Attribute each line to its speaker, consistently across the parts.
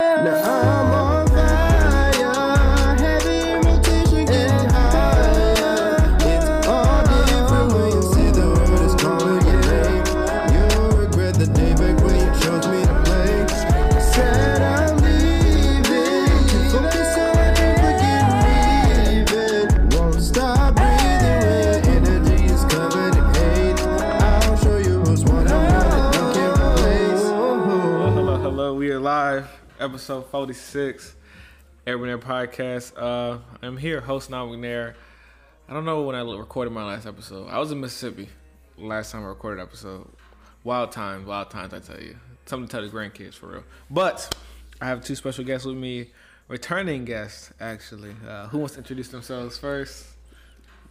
Speaker 1: Now I'm on fire, heavy rotation getting higher. It's all different when you see the world is calling your name. You'll regret the day back when you chose me to play. Said I'm leaving, focus on it, forget leaving. Won't stop breathing when energy is covered in hate. I'll show you who's one of one and can replace.
Speaker 2: Hello, hello, hello. We are live, episode 46, Urban Air Podcast. Uh, I'm here, host Not McNair. I don't know when I recorded my last episode. I was in Mississippi last time I recorded an episode. Wild times, wild times, I tell you. Something to tell the grandkids for real. But I have two special guests with me, returning guests, actually. Uh, who wants to introduce themselves first?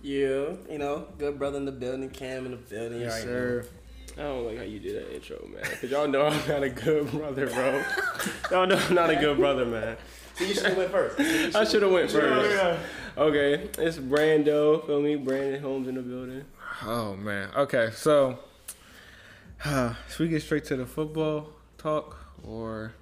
Speaker 3: Yeah, you know, good brother in the building, Cam in the building. you already know.
Speaker 4: I don't like how you did that intro, man. Cause y'all know I'm not a good brother, bro. y'all know I'm not a good brother, man.
Speaker 3: So you should have went first.
Speaker 4: I should have went first. Okay, it's Brando. Feel me, Brandon Holmes in the building.
Speaker 2: Oh, man. Okay, so should we get straight to the football talk or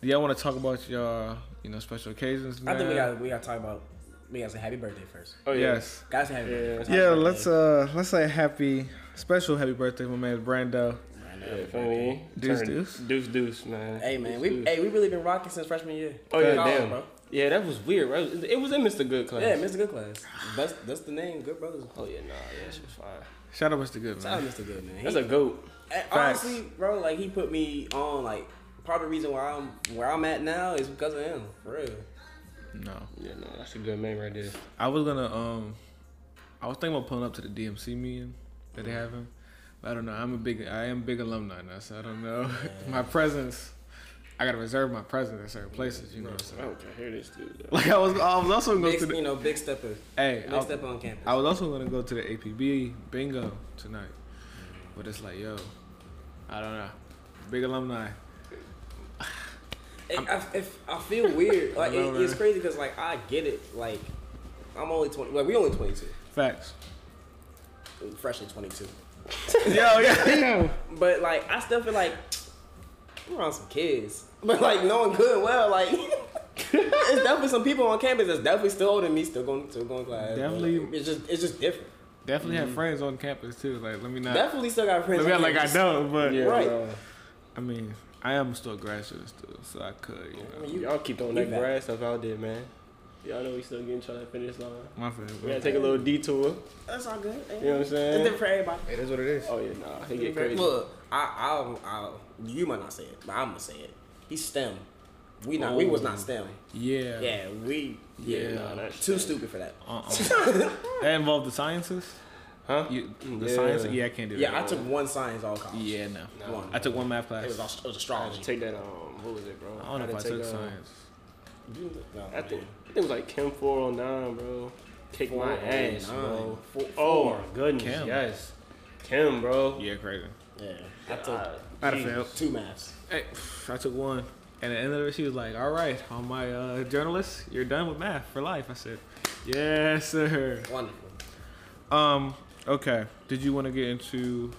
Speaker 2: do y'all want to talk about your you know special occasions?
Speaker 3: I think we
Speaker 2: man?
Speaker 3: got we got to talk about we got to say happy birthday first.
Speaker 4: Oh yeah.
Speaker 2: Yes.
Speaker 3: Guys, say happy birthday.
Speaker 4: Yeah.
Speaker 3: First. Happy
Speaker 2: Yeah,
Speaker 3: birthday.
Speaker 2: let's uh let's say happy special happy birthday, my man Brando.
Speaker 3: I know, happy
Speaker 4: Yeah, feel
Speaker 3: birthday.
Speaker 4: me?
Speaker 2: Deuce,
Speaker 4: Turn-
Speaker 2: deuce.
Speaker 4: Deuce deuce, man.
Speaker 3: Hey man,
Speaker 4: Deuce,
Speaker 3: we
Speaker 4: deuce.
Speaker 3: hey we really been rocking since freshman year.
Speaker 4: Oh yeah,
Speaker 3: College,
Speaker 4: damn. Yeah, that was weird. Right? It was- It was in Mr. Good class.
Speaker 3: Yeah, Mr. Good Class. That's that's the name, Good Brothers.
Speaker 4: Oh yeah, nah, yeah, she was fire.
Speaker 2: Shout out Mr. Good
Speaker 3: Shout out
Speaker 2: man.
Speaker 3: Mr. Good man. He-
Speaker 4: That's a goat.
Speaker 3: and honestly, bro, like he put me on like part of the reason why I'm where I'm at now is because of him. For real.
Speaker 2: No,
Speaker 4: Yeah, no, that's a good man right there.
Speaker 2: I was gonna um I was thinking about pulling up to the DMC meeting that they having. But I don't know. I'm a big I am a big alumni now, so I don't know my presence. I gotta reserve my presence at certain places, you know.
Speaker 3: Oh,
Speaker 2: So.
Speaker 4: I don't care. Here this dude. Though.
Speaker 2: Like I was, I was also gonna go
Speaker 3: Big,
Speaker 2: to the
Speaker 3: you know, big stepper.
Speaker 2: Hey,
Speaker 3: Big
Speaker 2: I,
Speaker 3: stepper on campus.
Speaker 2: I was also gonna go to the APB bingo tonight, but it's like, yo, I don't know. Big alumni.
Speaker 3: It, I, if, I feel weird. Like
Speaker 2: know,
Speaker 3: it, it's
Speaker 2: man.
Speaker 3: crazy because like I get it. Like I'm only twenty. Like we only twenty two.
Speaker 2: Facts.
Speaker 3: Freshly twenty two.
Speaker 2: yo, yeah, yo.
Speaker 3: But like I still feel like I'm around some kids. But like knowing good and well, like it's definitely some people on campus that's definitely still older than me, still going still going to class. but
Speaker 2: Definitely.
Speaker 3: It's just it's just different.
Speaker 2: Definitely have friends on campus too. Like, let me not.
Speaker 3: Definitely still got friends.
Speaker 2: let me
Speaker 3: on
Speaker 2: not like I
Speaker 3: campus.
Speaker 2: don't, but
Speaker 4: Yeah,
Speaker 3: Right.
Speaker 4: bro.
Speaker 2: I mean, I am still a graduate still, so I could, you know.
Speaker 3: mean, you-
Speaker 4: Y'all keep throwing
Speaker 3: you
Speaker 4: that
Speaker 3: back.
Speaker 4: grass stuff out there, man. Y'all know we still getting trying to finish line.
Speaker 2: My favorite.
Speaker 4: We gotta take a little detour.
Speaker 3: That's all good.
Speaker 4: You know what I'm
Speaker 3: It's
Speaker 4: saying?
Speaker 3: different for everybody.
Speaker 2: It is what it is.
Speaker 4: Oh yeah, nah, he get crazy.
Speaker 3: Look, I, I'll, I'll, you might not say it, but I'm gonna say it. He's STEM. We not, we was not STEM.
Speaker 2: Yeah.
Speaker 3: Yeah, we. Yeah,
Speaker 2: Yeah.
Speaker 3: nah,
Speaker 4: that's-
Speaker 3: too stupid for that.
Speaker 2: Uh-uh. that involved the sciences.
Speaker 4: Huh?
Speaker 2: You, the
Speaker 4: Yeah.
Speaker 2: science? Yeah, I can't do
Speaker 3: Yeah, I
Speaker 2: that.
Speaker 3: took one science all college.
Speaker 2: Yeah, no.
Speaker 3: One.
Speaker 2: I took one math class.
Speaker 3: It was, ast- it was astrology.
Speaker 4: Take that. Um, what was it, bro?
Speaker 2: I don't know
Speaker 4: Had
Speaker 2: if I
Speaker 4: to
Speaker 2: took
Speaker 4: take, um,
Speaker 2: science.
Speaker 3: No,
Speaker 4: I think
Speaker 3: man.
Speaker 4: I think it was like Chem 409, bro. Kick my ass,
Speaker 3: 409.
Speaker 4: bro. Oh my goodness,
Speaker 2: Chem.
Speaker 4: yes, Chem, bro.
Speaker 2: Yeah, crazy.
Speaker 3: Yeah, I took
Speaker 2: I'd have
Speaker 4: Jesus.
Speaker 2: failed.
Speaker 3: two maths.
Speaker 2: Hey, pff, I took one. And at the end of it, she was like, "All right, on my uh, journalist, you're done with math for life." I said, "Yes, sir."
Speaker 3: Wonderful.
Speaker 2: Um, okay. Did you want to get into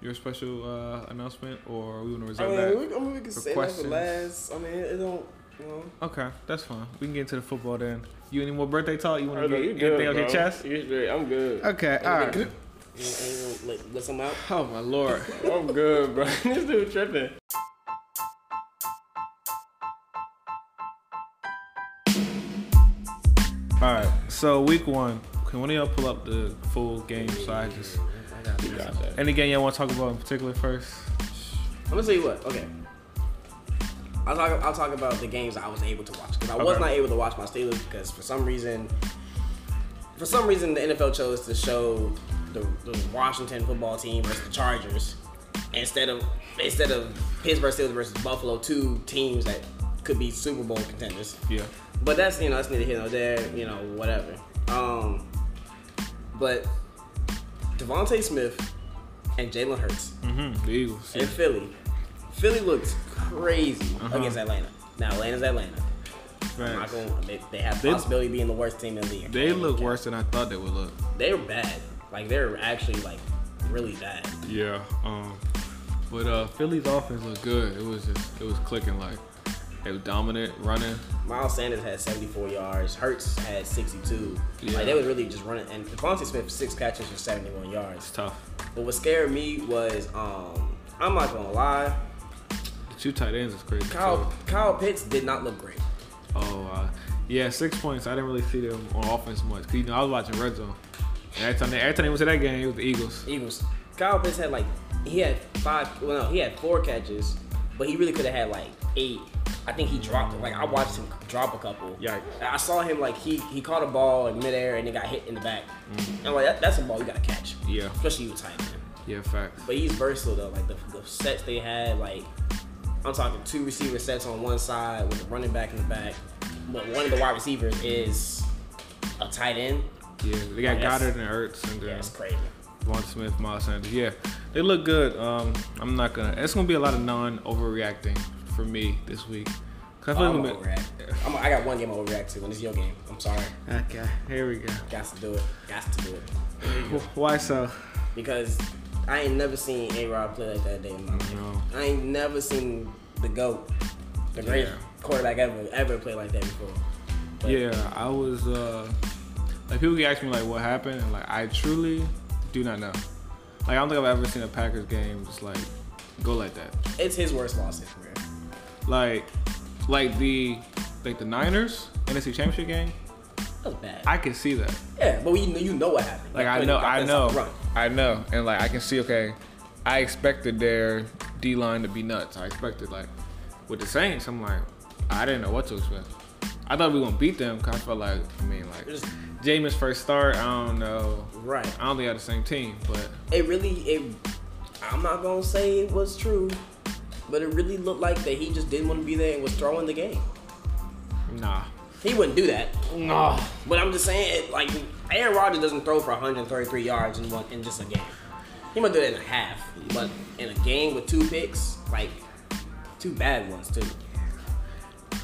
Speaker 2: your special uh, announcement, or we want to
Speaker 3: I
Speaker 2: reserve
Speaker 3: mean,
Speaker 2: that?
Speaker 3: we, I mean, we can
Speaker 2: for
Speaker 3: say that for
Speaker 2: questions.
Speaker 3: last. I mean, it, it don't. You know,
Speaker 2: Okay, that's fine. We can get into the football then. You any more birthday talk? You want to
Speaker 4: Bro,
Speaker 2: get
Speaker 4: you
Speaker 2: anything
Speaker 4: good,
Speaker 2: off your
Speaker 4: bro.
Speaker 2: chest?
Speaker 4: You straight. I'm good.
Speaker 2: Okay, all right.
Speaker 3: you know, ain't gonna let, let some out.
Speaker 2: Oh my lord.
Speaker 4: I'm good, bro. this dude tripping.
Speaker 2: All right. So week one. Can one of y'all pull up the full game? So I just any game y'all want to talk about in particular first.
Speaker 3: I'm gonna tell you what. Okay. I'll talk. I'll talk about the games I was able to watch because I was
Speaker 2: Okay.
Speaker 3: not able to watch my Steelers because for some reason, for some reason the NFL chose to show the, the Washington football team versus the Chargers instead of instead of Pittsburgh Steelers versus Buffalo, two teams that could be Super Bowl contenders.
Speaker 2: Yeah.
Speaker 3: But that's you know that's neither here nor there. You know whatever. Um, but Devonte Smith and Jalen Hurts
Speaker 2: Mm-hmm. The Eagles.
Speaker 3: and Philly. Philly looks crazy
Speaker 2: Uh-huh.
Speaker 3: against Atlanta. Now Atlanta's Atlanta. I'm not
Speaker 2: Facts.
Speaker 3: gonna- they, they have
Speaker 2: They-
Speaker 3: possibility of being the worst team in the league.
Speaker 2: They look worse than I thought they would look.
Speaker 3: They're bad. Like they're actually like really bad.
Speaker 2: Yeah. Um. But uh, Philly's offense looked good. It was just it was clicking like They were dominant running.
Speaker 3: Miles Sanders had 74 yards. Hertz had 62.
Speaker 2: Yeah.
Speaker 3: Like they was really just running. And Devontae Smith six catches for 71 yards.
Speaker 2: It's tough.
Speaker 3: But what scared me was um, I'm not gonna lie,
Speaker 2: The two tight ends is crazy.
Speaker 3: Kyle
Speaker 2: too.
Speaker 3: Kyle Pitts did not look great.
Speaker 2: Oh, uh, yeah, six points. I didn't really see them on offense much. 'Cause, you know, I was watching Red Zone. And every time they, every time they went to that game, it was the Eagles.
Speaker 3: Eagles. Kyle Pitts had like he had five. Well, no, he had four catches, but he really could have had like eight. I think he dropped it. Like I watched him drop a couple.
Speaker 2: Yikes.
Speaker 3: I saw him like he he caught a ball in midair and it got hit in the back. And I'm like that, that's a ball you gotta catch.
Speaker 2: Mm-hmm. Yeah.
Speaker 3: Especially you a tight end.
Speaker 2: Yeah, facts.
Speaker 3: But he's versatile though. Like the, the sets they had, like I'm talking two receiver sets on one side with the running back in the back, but one of the wide receivers is a tight end.
Speaker 2: Yeah, they got
Speaker 3: Yes.
Speaker 2: Goddard and Ertz and then
Speaker 3: That's crazy.
Speaker 2: Vaughn Smith, Miles Sanders. Yeah, they look good. Um, I'm not gonna. It's gonna be a lot of non-overreacting for me this week. 'Cause I feel
Speaker 3: I'm
Speaker 2: like
Speaker 3: gonna
Speaker 2: we've been-
Speaker 3: overreact. I'm, I got one game I overreact to, and it's your game. I'm sorry.
Speaker 2: Okay, here we go.
Speaker 3: Got to do it. Got to do it.
Speaker 2: Wh- Why so?
Speaker 3: Because I ain't never seen A Rod play like that day in my life.
Speaker 2: No.
Speaker 3: I ain't never seen the GOAT, the greatest
Speaker 2: Yeah.
Speaker 3: quarterback ever, ever play like that before. But
Speaker 2: Yeah, I was uh like people ask me like what happened and like I truly do not know. Like I don't think I've ever seen a Packers game just like go like that.
Speaker 3: It's his worst loss in his career.
Speaker 2: Like like the like the Niners NFC Championship game,
Speaker 3: That was bad.
Speaker 2: I can see that.
Speaker 3: Yeah, but we know, you know what happened.
Speaker 2: Like I
Speaker 3: when
Speaker 2: know
Speaker 3: you got
Speaker 2: I
Speaker 3: that
Speaker 2: know
Speaker 3: Run.
Speaker 2: I know and like I can see okay, I expected their D line to be nuts. I expected like with the Saints, I'm like, I didn't know what to expect. I thought we were gonna beat them because I felt like I mean like
Speaker 3: Just-
Speaker 2: Jameis first start, I don't know.
Speaker 3: Right.
Speaker 2: I don't think they're the same team, but
Speaker 3: It really it I'm not gonna say it was true, but it really looked like that he just didn't want to be there and was throwing the game.
Speaker 2: nah.
Speaker 3: He wouldn't do that.
Speaker 2: Nah.
Speaker 3: But I'm just saying it like Aaron Rodgers doesn't throw for 133 yards in one in just a game. He might do that in a half, but in a game with two picks, like two bad ones too.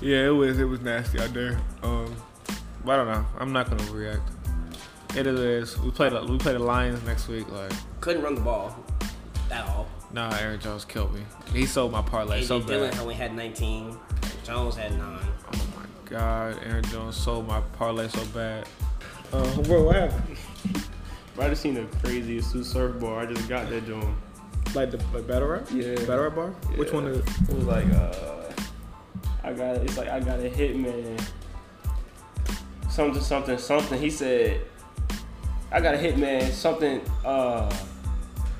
Speaker 2: Yeah, it was it was nasty out there. Um, but I don't know. I'm not gonna react. It is. what it is. We played we play the Lions next week. Like,
Speaker 3: Couldn't run the ball at all.
Speaker 2: nah, Aaron Jones killed me. He sold my parlay
Speaker 3: AJ
Speaker 2: so
Speaker 3: Dillon
Speaker 2: bad.
Speaker 3: only had 19. Jones had nine.
Speaker 2: Oh my god, Aaron Jones sold my parlay so bad. Uh, bro, what happened?
Speaker 4: But I just seen the craziest new surfboard. I just got that joint.
Speaker 2: Like the like battle rap?
Speaker 4: Yeah.
Speaker 2: Battle rap bar? Which one
Speaker 4: Yeah.
Speaker 2: is?
Speaker 4: It was like uh, I got it's like I got a hitman. Something something something. He said, I got a hitman. Something uh,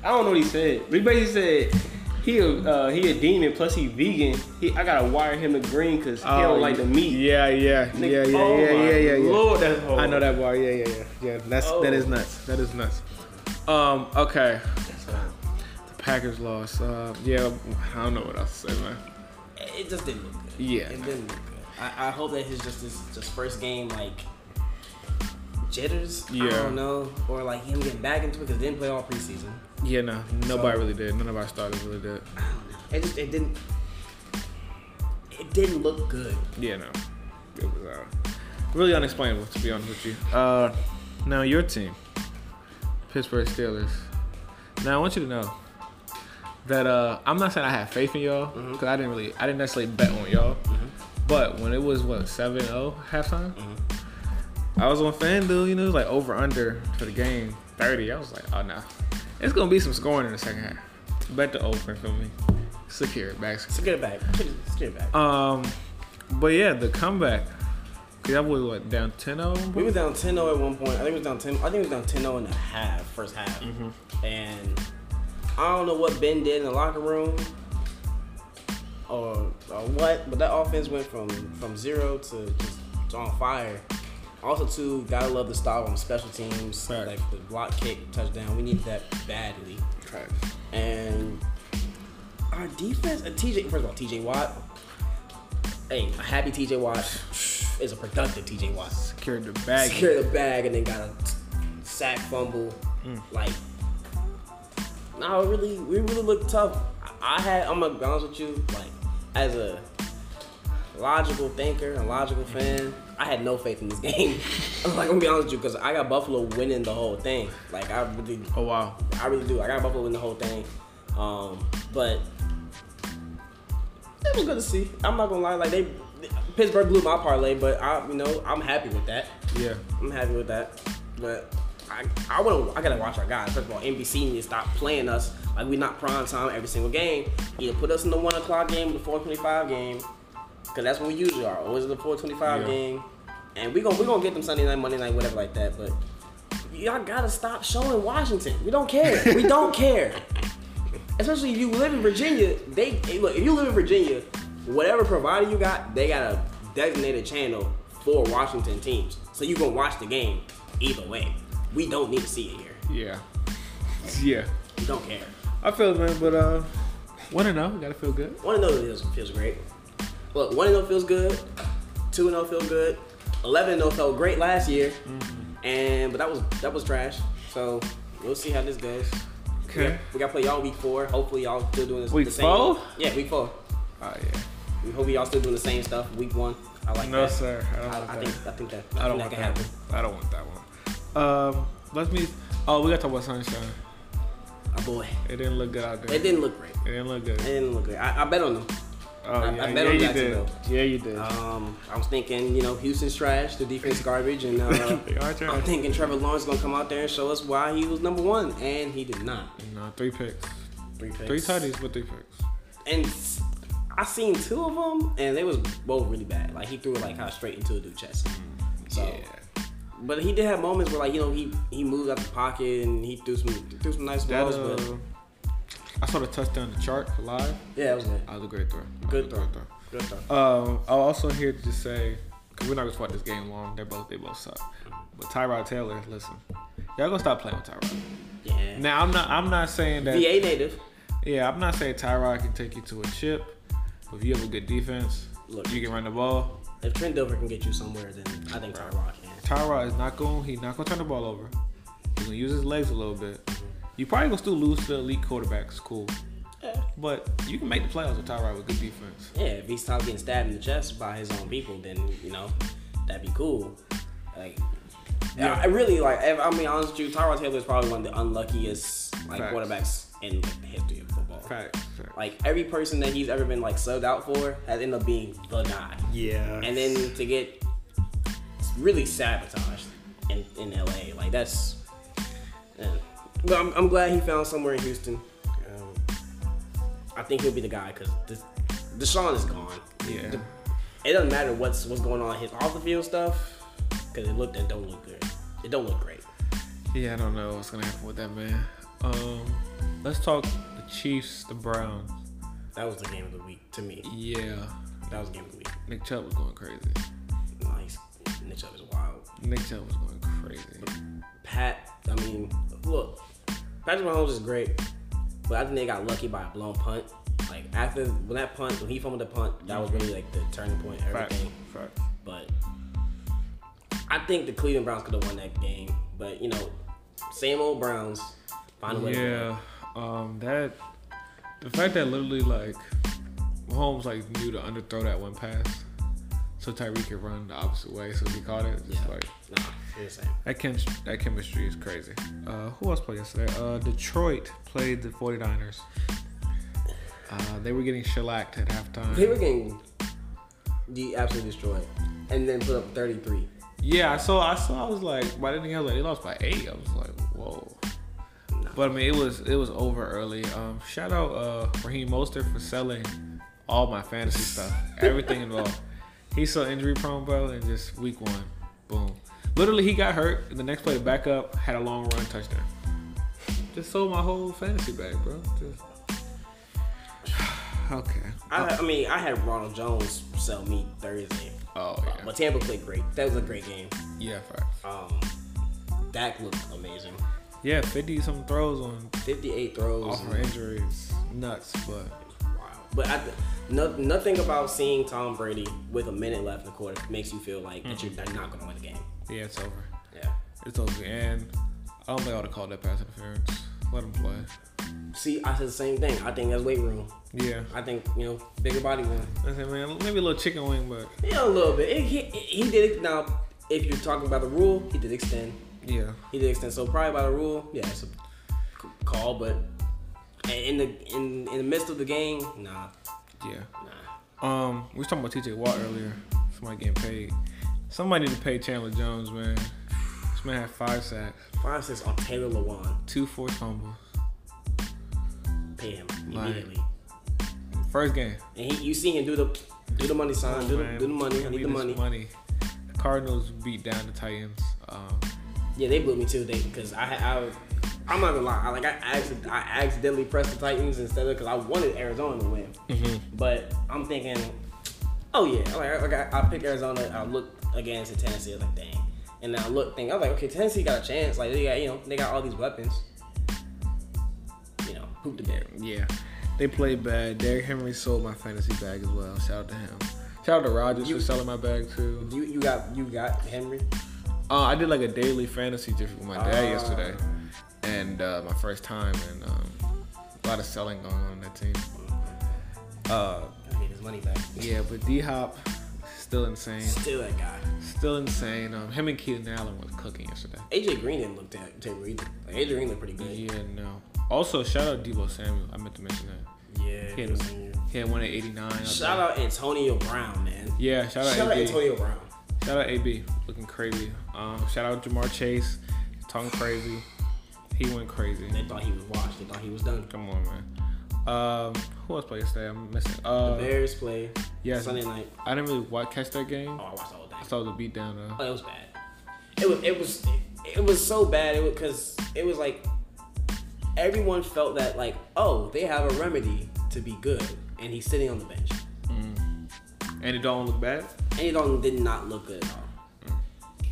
Speaker 4: I don't know what he said. But he basically said. He a, uh, he a demon, plus he vegan. He, I gotta wire him to green because he
Speaker 2: Oh,
Speaker 4: don't like the meat.
Speaker 2: Yeah, yeah,
Speaker 4: Nigga, oh my Lord, that's horrible.
Speaker 2: I know that bar. Yeah, yeah, yeah, yeah. That's that is
Speaker 4: Oh.
Speaker 2: nuts. That is nuts. Um. Okay. The Packers lost. Uh, yeah. I don't know what else to say, man.
Speaker 3: It just didn't look good.
Speaker 2: Yeah.
Speaker 3: It didn't look good. I, I hope that his just his just first game like jitters.
Speaker 2: Yeah.
Speaker 3: I don't know. Or like him getting back into it because didn't play all preseason.
Speaker 2: Yeah, no. Nobody really did. None of our starters really did.
Speaker 3: I don't know. It just it didn't it didn't look good.
Speaker 2: Yeah, no. It was uh, really unexplainable, to be honest with you. Uh, now your team, Pittsburgh Steelers. Now I want you to know that uh, I'm not saying I have faith in y'all because I didn't really, I didn't necessarily bet on y'all. But when it was what 7-0 halftime, I was on FanDuel. You know, it was like over under for the game 30. I was like, oh no, it's gonna be some scoring in the second half. Bet the over for me. Secure it, back.
Speaker 3: So get it back. Get it, get it back.
Speaker 2: Um, but yeah, the comeback. Cause that was what down 10-0?
Speaker 3: we were down 10-0 at one point. I think it was down 10. I think it was down 10-0 and a half, first half. And I don't know what Ben did in the locker room or, or what, but that offense went from from zero to just on fire. Also, too, gotta love the style on special teams,
Speaker 2: Right.
Speaker 3: like the block kick touchdown. We need that badly. And our defense, uh, TJ, first of all, TJ Watt. Hey, a happy TJ Watt is a productive TJ Watt
Speaker 2: Secured the bag.
Speaker 3: secure the bag and then got a sack fumble. Like, no, it really, we really looked tough. I I had, I'm gonna be honest with you, like, as a logical thinker and logical fan, I had no faith in this game. I'm like, I'm gonna be honest with you, because I got Buffalo winning the whole thing. Like, I really,
Speaker 2: Oh wow.
Speaker 3: I really do. I got Buffalo winning the whole thing. Um, but it was good to see. I'm not gonna lie, like they Pittsburgh blew my parlay, but I you know I'm happy with that.
Speaker 2: Yeah.
Speaker 3: I'm happy with that. But I I want to I gotta watch our guys. First of all, NBC needs to stop playing us like we're not prime time every single game. Either put us in the one o'clock game, or the four twenty five game, because that's when we usually are. Always in the four twenty five
Speaker 2: Yeah.
Speaker 3: game, and we gonna we gonna get them Sunday night, Monday night, whatever like that. But y'all gotta stop showing Washington. We don't care. we don't care. Especially if you live in Virginia, they hey, look. If you live in Virginia, whatever provider you got, they got a designated channel for Washington teams, so you can watch the game either way. We don't need to see it here.
Speaker 2: Yeah. Yeah.
Speaker 3: We don't care.
Speaker 2: I feel it, man, but uh, want to know? oh, Gotta feel good.
Speaker 3: One and zero feels feels great. Look, one and zero feels good. Two and zero feel good. Eleven and zero felt great last year,
Speaker 2: Mm-hmm.
Speaker 3: and but that was that was trash. So we'll see how this goes.
Speaker 2: Okay.
Speaker 3: We got to play y'all week four. Hopefully y'all still doing this.
Speaker 2: Week
Speaker 3: the same.
Speaker 2: four?
Speaker 3: Yeah, week four.
Speaker 2: Oh yeah.
Speaker 3: We hope y'all still doing the same stuff. Week one. I like
Speaker 2: No,
Speaker 3: that.
Speaker 2: sir. I don't
Speaker 3: I,
Speaker 2: want
Speaker 3: I
Speaker 2: that.
Speaker 3: think I think that
Speaker 2: I don't
Speaker 3: that
Speaker 2: want
Speaker 3: can
Speaker 2: that
Speaker 3: happen.
Speaker 2: one. I don't want that one. Um, let me. Oh, we gotta talk about sunshine.
Speaker 3: Oh boy,
Speaker 2: It didn't look good out there.
Speaker 3: it didn't look great.
Speaker 2: It didn't look good.
Speaker 3: It didn't look great. I, I bet on them.
Speaker 2: Oh,
Speaker 3: I- I
Speaker 2: yeah,
Speaker 3: bet
Speaker 2: yeah,
Speaker 3: on
Speaker 2: you
Speaker 3: Jacksonville.
Speaker 2: did. Yeah, you did.
Speaker 3: Um, I was thinking, you know, Houston's trash, the defense garbage, and uh,
Speaker 2: They are trash.
Speaker 3: I'm thinking Trevor Lawrence gonna come out there and show us why he was number one, and he did not.
Speaker 2: no, three picks.
Speaker 3: Three picks.
Speaker 2: Three tutties with three picks.
Speaker 3: And s- I seen two of them, and they was both really bad. Like he threw it like kind of straight into a dude's chest. So,
Speaker 2: Yeah.
Speaker 3: but he did have moments where like you know he he moved out the pocket and he threw some threw some nice
Speaker 2: That,
Speaker 3: balls, but
Speaker 2: uh, I saw the touchdown to Chark live.
Speaker 3: yeah, that was good.
Speaker 2: That was a great throw. That
Speaker 3: Good
Speaker 2: was a great
Speaker 3: throw. Good throw.
Speaker 2: Um, I'm also here to just say, we we're not gonna talk this game long. They both they both suck. But Tyrod Taylor, listen, y'all gonna stop playing with Tyrod.
Speaker 3: Yeah.
Speaker 2: Now I'm not I'm not saying that.
Speaker 3: VA native.
Speaker 2: Yeah, I'm not saying Tyrod can take you to a chip. but If you have a good defense,
Speaker 3: Look.
Speaker 2: you can run the ball.
Speaker 3: If Trent Dilfer can get you somewhere, then I think Tyrod can.
Speaker 2: Tyrod is not going. He's not going to turn the ball over. He's going to use his legs a little bit. You probably going to still lose to the elite quarterbacks. Cool.
Speaker 3: Yeah.
Speaker 2: But you can make the playoffs with Tyrod with good defense.
Speaker 3: Yeah, if he's stopped getting stabbed in the chest by his own people, then you know that'd be cool. Like, yeah. I really like. If I'm being honest with you, Tyrod Taylor is probably one of the unluckiest like
Speaker 2: Facts.
Speaker 3: quarterbacks in the history of football.
Speaker 2: Fact. fact.
Speaker 3: Like every person that he's ever been like subbed out for has ended up being the guy,
Speaker 2: Yeah.
Speaker 3: and then to get really sabotaged in, in LA, like that's. yeah. But I'm, I'm glad he found somewhere in Houston. Um, I think he'll be the guy because Deshaun is gone.
Speaker 2: Yeah.
Speaker 3: The- it doesn't matter what's what's going on in his off the field stuff because it looked it don't look good. It don't look great.
Speaker 2: Yeah, I don't know what's going to happen with that man. Um, let's talk the Chiefs, the Browns.
Speaker 3: That was the game of the week to me.
Speaker 2: Yeah.
Speaker 3: That was the game of the week.
Speaker 2: Nick Chubb was going crazy.
Speaker 3: Nice. Nick Chubb is wild.
Speaker 2: Nick Chubb was going crazy.
Speaker 3: Pat, I mean, look, Patrick Mahomes is great, but I think they got lucky by a blown punt. Like after when that punt, when he fumbled the punt, that was really like the turning point, and
Speaker 2: Fact.
Speaker 3: everything.
Speaker 2: Fact.
Speaker 3: But I think the Cleveland Browns could have won that game. But you know, same old Browns find a way. to win.
Speaker 2: Yeah, um, that the fact that literally like Mahomes like knew to underthrow that one pass, so Tyreek could run the opposite way, so he caught it. Just
Speaker 3: Yeah.
Speaker 2: like
Speaker 3: Nah, it's the same.
Speaker 2: that, chem- that chemistry is crazy. Uh, who else played yesterday? Uh, Detroit played the 49ers. Uh, they were getting shellacked at
Speaker 3: They
Speaker 2: halftime.
Speaker 3: were getting de- absolutely destroyed, and then put up 33.
Speaker 2: Yeah, I saw. I saw. I was like, why didn't they? Like, they lost by eight. I was like, whoa. But I mean, it was it was over early. Um, shout out uh, Raheem Mostert for selling all my fantasy stuff, everything involved. He's so injury prone, bro, and just week one, boom. Literally, he got hurt. and The next play, back up, had a long run touchdown. Just sold my whole fantasy bag, bro. Just okay.
Speaker 3: I, I mean, I had Ronald Jones sell me Thursday,
Speaker 2: Oh yeah,
Speaker 3: but Tampa played great. That was a great game.
Speaker 2: yeah, facts.
Speaker 3: Um, Dak looked amazing.
Speaker 2: Yeah, fifty some throws on
Speaker 3: 58 throws.
Speaker 2: off her injuries, nuts, but
Speaker 3: Wow. But I, th- no, nothing about seeing Tom Brady with a minute left in the quarter makes you feel like that you're not going to win the game.
Speaker 2: yeah, it's over.
Speaker 3: Mm-hmm. Yeah.
Speaker 2: It's over, and I don't think I would have called that pass interference. Let him play.
Speaker 3: See, I said the same thing. I think that's weight room.
Speaker 2: Yeah.
Speaker 3: I think, you know, bigger body win.
Speaker 2: I said, man, maybe a little chicken wing, but
Speaker 3: Yeah, a little bit. It, he, he did it. Now, if you're talking about the rule, he did extend.
Speaker 2: yeah.
Speaker 3: He did extend. So probably by the rule, yeah, it's a c- call. But in the in in the midst of the game, nah,
Speaker 2: Yeah.
Speaker 3: nah.
Speaker 2: Um, we was talking about TJ Watt earlier. Somebody getting paid. Somebody need to pay Chandler Jones, man. This man had five sacks,
Speaker 3: Five six on Taylor Lewan.
Speaker 2: two forced fumbles.
Speaker 3: Pay him
Speaker 2: Like-
Speaker 3: immediately.
Speaker 2: First game.
Speaker 3: And he, you see him do the do the money sign, do, the,
Speaker 2: Man,
Speaker 3: do the money, I
Speaker 2: we
Speaker 3: need the
Speaker 2: this
Speaker 3: money.
Speaker 2: The Cardinals beat down the Titans. Um,
Speaker 3: Yeah, they blew me too. They because I, I I'm not gonna lie. I, like I accidentally, I accidentally pressed the Titans instead of because I wanted Arizona to win.
Speaker 2: Mm-hmm.
Speaker 3: But I'm thinking, oh yeah, like, I- like I, I picked Arizona. I looked against at Tennessee. I was like, dang. And then I looked, think I was like, okay, Tennessee got a chance. Like they got you know they got all these weapons. You know, poop the bear.
Speaker 2: yeah, they played bad. Derrick Henry sold my fantasy bag as well. Shout out to him. Shout out to Rogers
Speaker 3: You-
Speaker 2: for selling my bag too.
Speaker 3: You you got you got Henry.
Speaker 2: Uh, I did like a daily fantasy drift with my dad
Speaker 3: Ah.
Speaker 2: yesterday, and uh, my first time, and um, a lot of selling going on in that team. Uh,
Speaker 3: I need his money back.
Speaker 2: yeah, but D Hop still insane,
Speaker 3: Still that guy.
Speaker 2: still insane. Um, him and Keaton Allen was cooking yesterday.
Speaker 3: AJ Green didn't look that terrible either. Like, AJ Green looked pretty good.
Speaker 2: Yeah, no. Also, shout out Debo Samuel. I meant to mention that.
Speaker 3: Yeah.
Speaker 2: He had, he had one at 89. out
Speaker 3: Shout
Speaker 2: there.
Speaker 3: out Antonio Brown, man.
Speaker 2: Yeah, shout out
Speaker 3: Shout out
Speaker 2: AB.
Speaker 3: Antonio Brown.
Speaker 2: Shout out AB. Looking crazy. Um, shout out Jamar Chase. Tongue crazy. He went crazy.
Speaker 3: They thought he was washed. They thought he was done.
Speaker 2: Come on, man. Um, who else played yesterday? I'm missing. Uh,
Speaker 3: Bears play
Speaker 2: yeah,
Speaker 3: Sunday night.
Speaker 2: I didn't really watch, catch that game.
Speaker 3: Oh, I watched the whole
Speaker 2: I
Speaker 3: thing.
Speaker 2: saw the beatdown though.
Speaker 3: Oh, it was bad. It was it was it, was so bad. It was because it was like everyone felt that like oh they have a remedy to be good, and he's sitting on the bench.
Speaker 2: And it don't look bad.
Speaker 3: And he don't did not look good at all.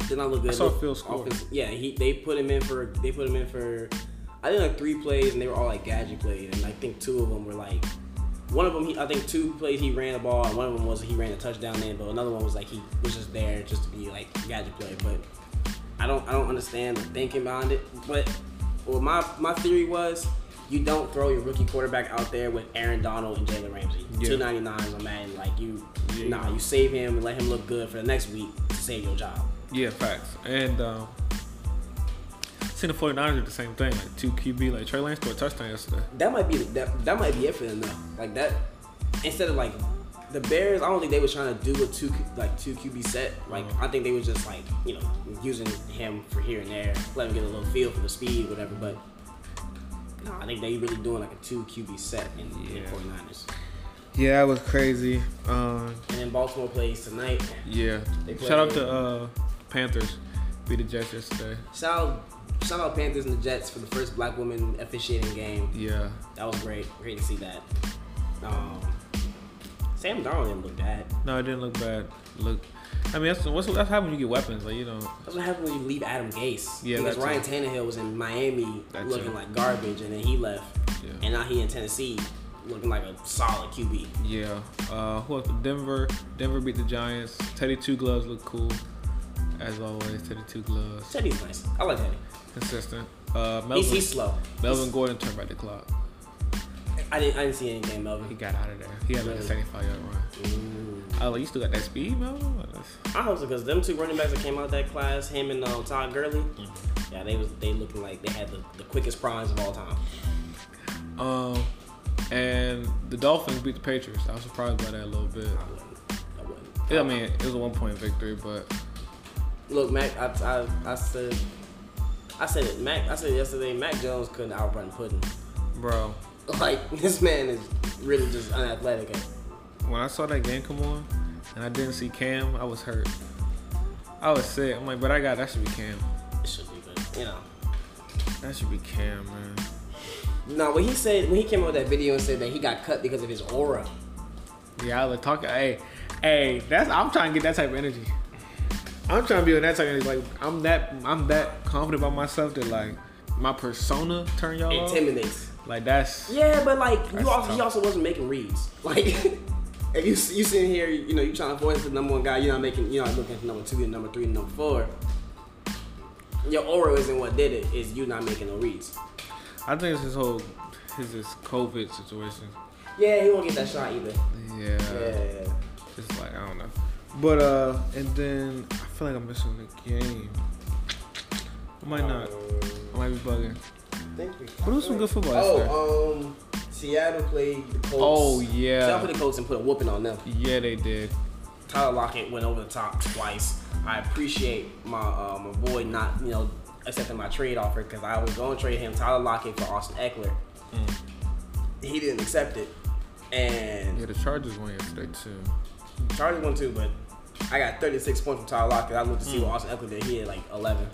Speaker 3: Did not look good.
Speaker 2: I saw
Speaker 3: Look-
Speaker 2: Phil score.
Speaker 3: offense- Yeah, he they put him in for they put him in for I think like three plays and they were all like gadget plays and I think two of them were like one of them he, I think two plays he ran the ball and one of them was he ran a touchdown in but another one was like he was just there just to be like gadget play but I don't I don't understand the thinking behind it but well my my theory was you don't throw your rookie quarterback out there with Aaron Donald and Jalen Ramsey
Speaker 2: Yeah.
Speaker 3: two ninety nines on Madden like you
Speaker 2: Yeah.
Speaker 3: nah you save him and let him look good for the next week to save your job.
Speaker 2: Yeah, facts. And um, seeing the 49ers did the same thing. Like two QB. Like Trey Lance scored a touchdown yesterday.
Speaker 3: that might be that, that might be it for them though. Like that, instead of like the Bears, I don't think they were trying to do a two like two QB set. Like I think they were just like you know using him for here and there, let him get a little feel for the speed, whatever. But no, I think they really doing like a two QB set in, in
Speaker 2: Yeah.
Speaker 3: 49ers.
Speaker 2: Yeah, that was crazy. Um,
Speaker 3: And then Baltimore plays tonight.
Speaker 2: yeah.
Speaker 3: They play-
Speaker 2: Shout out to uh, Panthers. Beat the Jets yesterday.
Speaker 3: Shout out, shout out Panthers and the Jets for the first black woman officiating game.
Speaker 2: Yeah.
Speaker 3: That was great. Great to see that. Um, Sam Darnold didn't look bad.
Speaker 2: No, it didn't look bad. Look, I mean, that's what's that's how when you get weapons. Like you know,
Speaker 3: That's what happened when you leave Adam Gase.
Speaker 2: Yeah,
Speaker 3: because
Speaker 2: that
Speaker 3: Ryan
Speaker 2: too.
Speaker 3: Tannehill was in Miami
Speaker 2: That
Speaker 3: looking
Speaker 2: too.
Speaker 3: like garbage, and then he left,
Speaker 2: Yeah.
Speaker 3: and now he in Tennessee looking like a solid QB.
Speaker 2: yeah. Uh, who else? Denver. Denver beat the Giants. Teddy Two Gloves look cool, as always. Teddy Two Gloves
Speaker 3: Teddy's nice. I like Teddy.
Speaker 2: consistent. Uh, Melvin.
Speaker 3: He's, he's slow.
Speaker 2: Melvin Gordon turned back the clock.
Speaker 3: I didn't I didn't see any game
Speaker 2: He
Speaker 3: Melvin.
Speaker 2: got out of there. He had like a
Speaker 3: Really?
Speaker 2: 75 yard run.
Speaker 3: Ooh.
Speaker 2: I was like, you still got that speed, Melvin? Like, that's-
Speaker 3: I hope so because them two running backs that came out that class, him and uh, Todd Gurley, yeah, they was they looking like they had the, the quickest primes of all time.
Speaker 2: Um, and the Dolphins beat the Patriots. I was surprised by that a little bit.
Speaker 3: I wouldn't. I wouldn't.
Speaker 2: Yeah, I mean, it was a one point victory, but
Speaker 3: Look, Mac, I, I, I said, I said it, Mac. I said it yesterday, Mac Jones couldn't outrun Puddin.
Speaker 2: bro,
Speaker 3: Like this man is really just unathletic.
Speaker 2: when I saw that game come on and I didn't see Cam, I was hurt. I was sick. I'm like, but I got that should be Cam.
Speaker 3: It should be, but you know.
Speaker 2: That should be Cam, man.
Speaker 3: No, when he said when he came out with that video and said that he got cut because of his aura.
Speaker 2: Uh-huh. Yeah, I was talking. Hey, hey, that's I'm trying to get that type of energy. I'm trying to be on that type of energy. Like I'm that I'm that confident about myself that like my persona turn y'all off.
Speaker 3: Intimidates.
Speaker 2: Like that's
Speaker 3: Yeah, but like
Speaker 2: That's
Speaker 3: you also he
Speaker 2: tough.
Speaker 3: also wasn't making reads. Like if you you sitting here, you know, you trying to voice the number one guy, you're not making, you're not looking at number two and number three and number four. Your aura isn't what did it. Is you not making no reads.
Speaker 2: I think it's his whole his this COVID situation.
Speaker 3: Yeah, he won't get that shot either.
Speaker 2: Yeah.
Speaker 3: Yeah.
Speaker 2: It's like I don't know. But uh and then I feel like I'm missing the game. I might not. I might be bugging.
Speaker 3: Thank you.
Speaker 2: But it was some good football yesterday.
Speaker 3: Oh, um, Seattle played the Colts.
Speaker 2: Oh, yeah.
Speaker 3: Seattle played the Colts and put a whooping on them.
Speaker 2: Yeah, they did.
Speaker 3: Tyler Lockett went over the top twice. I appreciate my uh, my boy not you know accepting my trade offer because I was going to trade him Tyler Lockett for Austin Eckler.
Speaker 2: Mm.
Speaker 3: He didn't accept it, and
Speaker 2: Yeah, the Chargers won yesterday too.
Speaker 3: Chargers won too, but I got 36 points from Tyler Lockett. I looked to see what Austin Eckler did. He had like 11.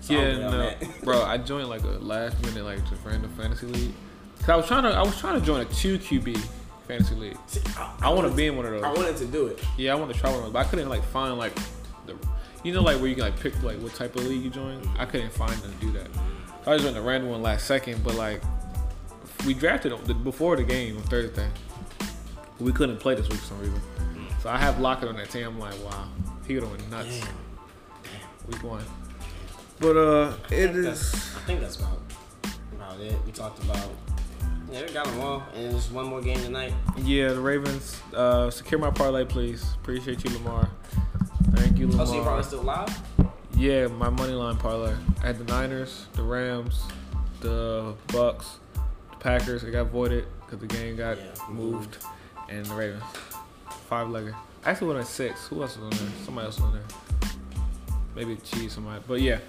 Speaker 3: So I'm
Speaker 2: Mm. yeah,
Speaker 3: good on
Speaker 2: no,
Speaker 3: that.
Speaker 2: bro. I joined like a last minute like just random fantasy league. Cause I was trying to, I was trying to join a two QB fantasy league.
Speaker 3: See, I,
Speaker 2: I want to be in one
Speaker 3: I
Speaker 2: of those.
Speaker 3: wanted to do it.
Speaker 2: Yeah, I want to try one of those, but I couldn't like find like the, you know, like where you can like pick like what type of league you join. I couldn't find them to do that. I was joined a random one last second, but like we drafted him the- before the game on Thursday. We couldn't play this week for some reason. So I have Lockett on that team. I'm like, wow, he would have went nuts.
Speaker 3: Damn.
Speaker 2: Week one. But uh, it is.
Speaker 3: That's- I think that's about about it. We talked about yeah, we got them all, and there's one more game tonight.
Speaker 2: Yeah, the Ravens. Uh, secure my parlay, please. Appreciate you, Lamar. Thank you,
Speaker 3: Oh, so you
Speaker 2: Lamar.
Speaker 3: probably still live?
Speaker 2: yeah, my money line parlay. I had the Niners, the Rams, the Bucks, the Packers. It got voided because the game got
Speaker 3: Yeah.
Speaker 2: moved, and the Ravens. Five legger. I actually went on six. Who else was on there? Somebody else was on there. Maybe cheese somebody. But yeah,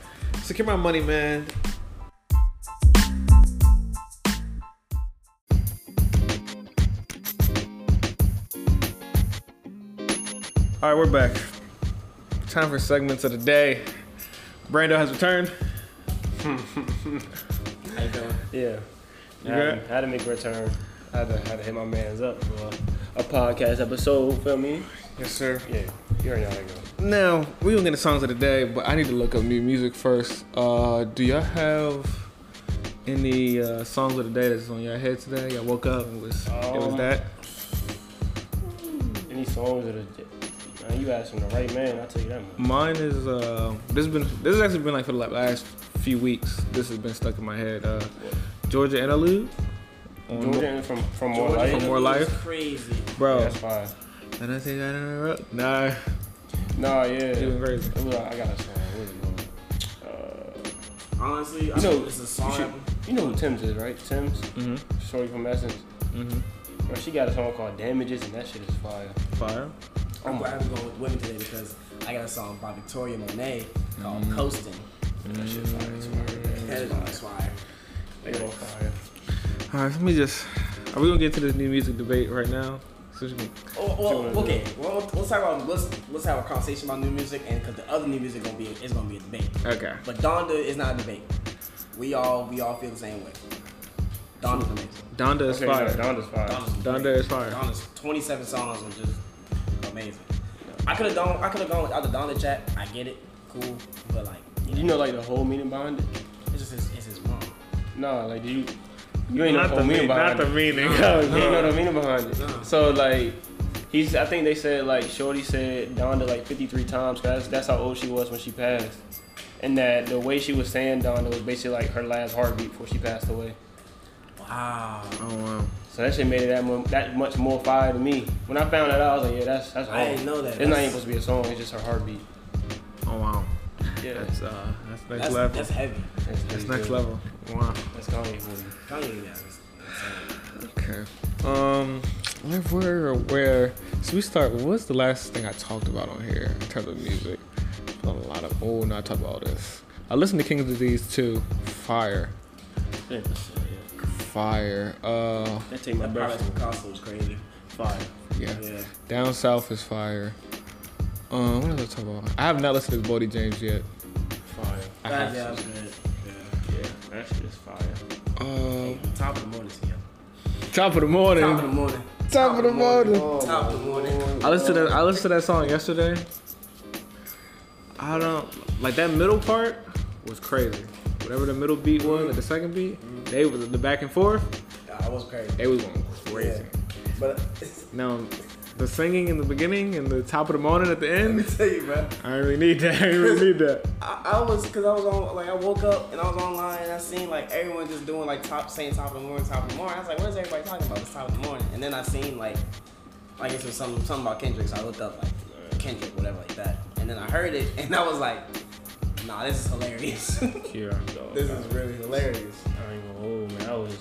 Speaker 2: secure my money, man. All right, we're back. Time for segments of the day. Brando has returned.
Speaker 3: How you doing?
Speaker 4: Yeah. I
Speaker 2: You
Speaker 4: had,
Speaker 2: good?
Speaker 4: I had to make a return. I had to, had to hit my man's up for a, a podcast episode, feel me?
Speaker 2: Yes, sir.
Speaker 4: Yeah, you already know how to go.
Speaker 2: Now we gonna get the songs of the day, but I need to look up new music first. Uh, do y'all have any uh, songs of the day that's on your head today? Y'all woke up and was it was
Speaker 4: Um,
Speaker 2: that?
Speaker 4: Any songs that are. Man, you asking the right man, I'll tell you that much.
Speaker 2: Mine is uh, this has been this has actually been like for the like, last few weeks. This has been stuck in my head. Uh, Georgia interlude. On
Speaker 4: Jordan from, from More
Speaker 3: Georgia
Speaker 4: Life.
Speaker 2: from More
Speaker 3: was
Speaker 2: Life?
Speaker 3: Crazy.
Speaker 2: Bro,
Speaker 4: That's fine.
Speaker 2: and I think I don't know. Nah,
Speaker 4: Nah, yeah.
Speaker 2: doing crazy.
Speaker 4: It was, I got a song. What is it called? Uh,
Speaker 3: Honestly, I
Speaker 4: You know,
Speaker 3: know it's a song.
Speaker 4: you, should- you know who Tim's is, right? Tim's?
Speaker 2: Mhm.
Speaker 4: Shorty from Essence.
Speaker 2: Mhm.
Speaker 4: Bro, she got a song called Damages, and that shit is fire.
Speaker 2: Fire.
Speaker 3: I'm glad we're going with women today because I got a song by Victoria Monet called Coasting. That shit's fire. It's
Speaker 2: Mm-hmm.
Speaker 3: fire. That is on fire.
Speaker 4: They all fire.
Speaker 2: All right, let me just. Are we gonna get to this new music debate right now? So we can-
Speaker 3: Oh,
Speaker 4: Sure.
Speaker 3: well, okay. Well, let's talk about let's let's have a conversation about new music, and because the other new music gonna be is gonna be a debate.
Speaker 2: Okay.
Speaker 3: But Donda is not a debate. We all we all feel the same way. Donda's amazing.
Speaker 2: Donda is
Speaker 4: Okay,
Speaker 2: fire.
Speaker 4: yeah, Donda's fire.
Speaker 3: Donda's
Speaker 2: Donda
Speaker 3: great.
Speaker 2: is fire.
Speaker 3: Donda's 27 songs are just amazing. I could have gone I could have gone without the Donda chat. I get it, cool, but like you
Speaker 4: You
Speaker 3: know,
Speaker 4: know, like the whole meaning behind it?
Speaker 3: it's just his, it's his mom.
Speaker 4: Nah, like, do you. You ain't know
Speaker 2: Not
Speaker 4: the
Speaker 2: the
Speaker 4: whole meaning
Speaker 2: meaning. Not
Speaker 4: behind
Speaker 2: the
Speaker 4: it.
Speaker 2: meaning.
Speaker 4: No, you ain't know the meaning behind it.
Speaker 3: No.
Speaker 4: So, like, he's. I think they said, like, Shorty said Donda, like, 53 times, because that's how old she was when she passed. And that the way she was saying Donda was basically, like, her last heartbeat before she passed away.
Speaker 3: Wow.
Speaker 2: Oh wow.
Speaker 4: So that shit made it that, mo- that much more fire to me. When I found that out, I was like, yeah, that's that's.
Speaker 3: I
Speaker 4: all.
Speaker 3: didn't know that.
Speaker 4: It's not even
Speaker 3: That's-
Speaker 4: supposed to be a song. It's just her heartbeat.
Speaker 2: Oh wow.
Speaker 4: Yeah,
Speaker 2: That's uh that's next
Speaker 3: That's,
Speaker 2: level.
Speaker 3: that's
Speaker 2: That's,
Speaker 3: heavy.
Speaker 4: that's,
Speaker 2: next level. Wow.
Speaker 4: That's Kanye for you.
Speaker 3: Kanye guys. is insane.
Speaker 2: Okay. Um where where where so we start what's the last thing I talked about on here in terms of music? A lot of oh no I talked about all this. I listened to King's Disease too. Fire. Fire. Uh
Speaker 4: That take my
Speaker 3: That
Speaker 4: breath
Speaker 3: product
Speaker 4: away.
Speaker 3: from Costco was crazy.
Speaker 4: Fire.
Speaker 2: yeah.
Speaker 3: Yeah.
Speaker 2: Down South is fire. Um what else I talk about? I have not listened to Bodie James yet.
Speaker 4: Fire.
Speaker 2: I
Speaker 3: That
Speaker 2: have
Speaker 3: job's
Speaker 2: to.
Speaker 3: good.
Speaker 4: Yeah, that shit is fire.
Speaker 2: Uh,
Speaker 3: Yeah. Top of the morning together.
Speaker 2: top of the morning.
Speaker 3: Top of the morning.
Speaker 2: Top of the morning.
Speaker 3: Top of the morning.
Speaker 2: I listened to that, I listened to that song yesterday. I don't like that middle part was crazy. Whatever the middle beat was, like the second beat, they was the back and forth.
Speaker 3: I was crazy.
Speaker 2: They was going crazy.
Speaker 3: Yeah. But uh,
Speaker 2: Now, the singing in the beginning and the top of the morning at the end.
Speaker 3: let me tell you, bro.
Speaker 2: I don't really need that. I don't really need that.
Speaker 3: I, I was, cause I was on, like, I woke up and I was online and I seen like everyone just doing like top, saying top of the morning, top of the morning. I was like, what is everybody talking about? It's top of the morning. And then I seen like, I guess it was something, something about Kendrick. So I looked up like Kendrick, whatever, like that. And then I heard it and I was like, nah, this is hilarious.
Speaker 2: Yeah.
Speaker 4: Yo,
Speaker 3: this is really hilarious.
Speaker 4: I ain't gonna hold, man. I was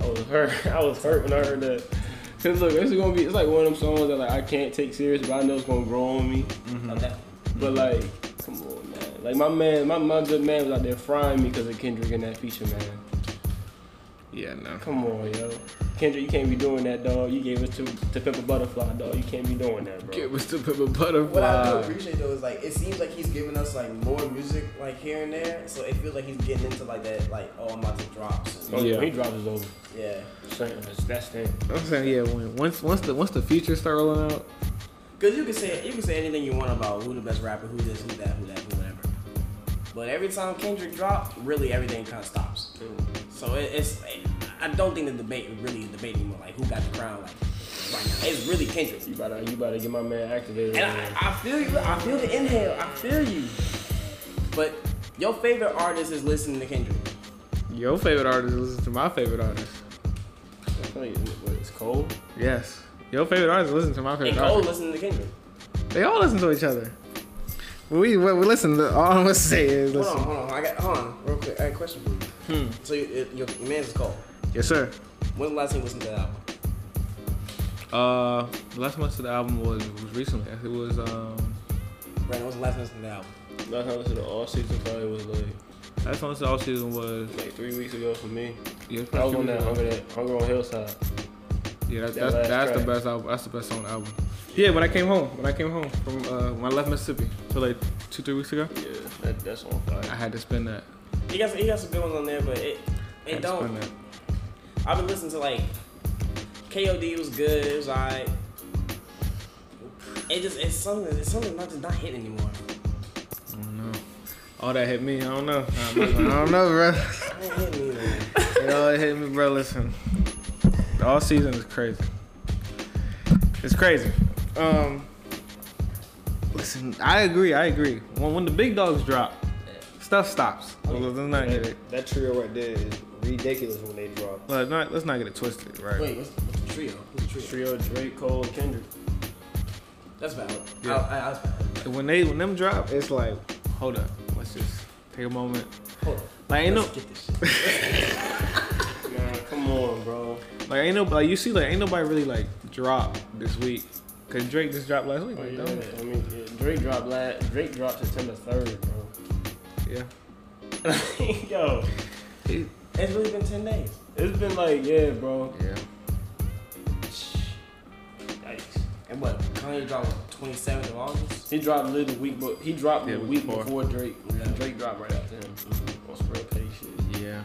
Speaker 4: I was hurt. I was hurt when I heard that. Cause look, this is gonna be. It's like one of them songs that like I can't take serious, but I know it's gonna grow on me.
Speaker 3: Okay.
Speaker 4: But like, come on, man. Like my man, my my good man was out there frying me because of Kendrick and that feature, man.
Speaker 2: Yeah, no.
Speaker 4: Come on, yo. Kendrick, you can't be doing that, dog. You gave it to to Pimp a Butterfly, dog. You can't be doing that, bro.
Speaker 2: Get with the pepper
Speaker 5: What I do
Speaker 2: butterfly.
Speaker 5: appreciate though is like it seems like he's giving us like more music like here and there, so it feels like he's getting into like that like oh I'm about to drop. So,
Speaker 4: Oh,
Speaker 2: Yeah.
Speaker 4: He drops his over.
Speaker 5: yeah,
Speaker 4: That's, that's him.
Speaker 2: I'm saying, yeah. When, once, once the once the features start rolling out,
Speaker 3: Cause you can say you can say anything you want about who the best rapper, who this, who that, who that, who whatever. But every time Kendrick drops, really everything kind of stops. So it, it's I don't think the debate really is debate anymore. Like who got the crown? Like right now, it's really Kendrick.
Speaker 4: You better, you better get my man activated.
Speaker 3: And
Speaker 4: man.
Speaker 3: I, I feel you. I feel the inhale. I feel you. But your favorite artist is listening to Kendrick.
Speaker 2: your favorite artist listens to my favorite artist.
Speaker 4: I feel like, what, it's cold.
Speaker 2: Yes, your favorite artist listens to my
Speaker 3: And
Speaker 2: favorite
Speaker 3: Cole
Speaker 2: artist.
Speaker 3: listening to Kendrick.
Speaker 2: They all listen to each other. We, we we listen. To, all I'm gonna say is
Speaker 3: Hold on,
Speaker 2: listen.
Speaker 3: hold on. I got hold on real quick. I got a question for you. So you, your, your man's is Cole.
Speaker 2: Yes, sir.
Speaker 3: When's the last time you listened to that album?
Speaker 2: Uh, the last month of the album was was recently. It was um,
Speaker 3: Brandon, when's the last time you listened to that album?
Speaker 4: Last time I listened to all season probably was like
Speaker 2: last month of the all season was.
Speaker 4: like three weeks ago for me.
Speaker 2: Yeah, it's
Speaker 4: I was
Speaker 2: pretty
Speaker 4: on that
Speaker 2: good.
Speaker 4: hunger, that hunger on hillside.
Speaker 2: Yeah, that's,
Speaker 4: That
Speaker 2: that's,
Speaker 4: last
Speaker 2: that's the
Speaker 4: track.
Speaker 2: best album. That's the best song on the album. Yeah, when I came home, when I came home from uh, when I left Mississippi, so like two, three weeks ago,
Speaker 4: Yeah, that, that's on
Speaker 2: I
Speaker 4: fire.
Speaker 2: had to spend that.
Speaker 3: He got some, he got some good ones on there, but it
Speaker 2: I
Speaker 3: it
Speaker 2: had to
Speaker 3: don't.
Speaker 2: spend that.
Speaker 3: I've been listening to like KOD was good. It was alright. It just it's something it's something not just not hitting anymore.
Speaker 2: I don't know. All that hit me. I don't know. I don't know, bro.
Speaker 3: It ain't hitting me anymore.
Speaker 2: It all hit me, bro. Listen, the all season is crazy. It's crazy. Um, listen, I agree. I agree. When, when the big dogs drop, stuff stops. Let's not get it.
Speaker 6: That, that trio right there is ridiculous when they drop.
Speaker 2: Let's not, let's not get it twisted, right?
Speaker 3: Wait, what's, what's the trio? Who's the trio?
Speaker 4: Trio Drake, Cole, and Kendrick.
Speaker 3: That's valid.
Speaker 2: Yeah.
Speaker 3: I, I, I was valid.
Speaker 2: When they when them drop, it's like, hold up, let's just take a moment.
Speaker 3: Hold on.
Speaker 2: Like ain't no
Speaker 3: Let's get this shit.
Speaker 4: Man, come on, bro.
Speaker 2: like ain't no like you see like ain't nobody really like drop this week. Cause Drake just dropped last week.
Speaker 4: Oh,
Speaker 2: Like,
Speaker 4: yeah.
Speaker 2: don't-
Speaker 4: I mean, yeah, Drake dropped last. Drake dropped September third,
Speaker 2: yeah.
Speaker 4: bro. Yo,
Speaker 3: It's really been ten days.
Speaker 4: it's been like, yeah, bro.
Speaker 2: Yeah.
Speaker 4: Yikes.
Speaker 3: And what? Kanye dropped twenty seventh of August.
Speaker 4: He dropped literally the week, but he dropped
Speaker 2: Yeah,
Speaker 4: the
Speaker 2: week
Speaker 4: week
Speaker 2: before.
Speaker 4: before, Drake. And Drake dropped right after him on spread pay shit.
Speaker 2: Yeah.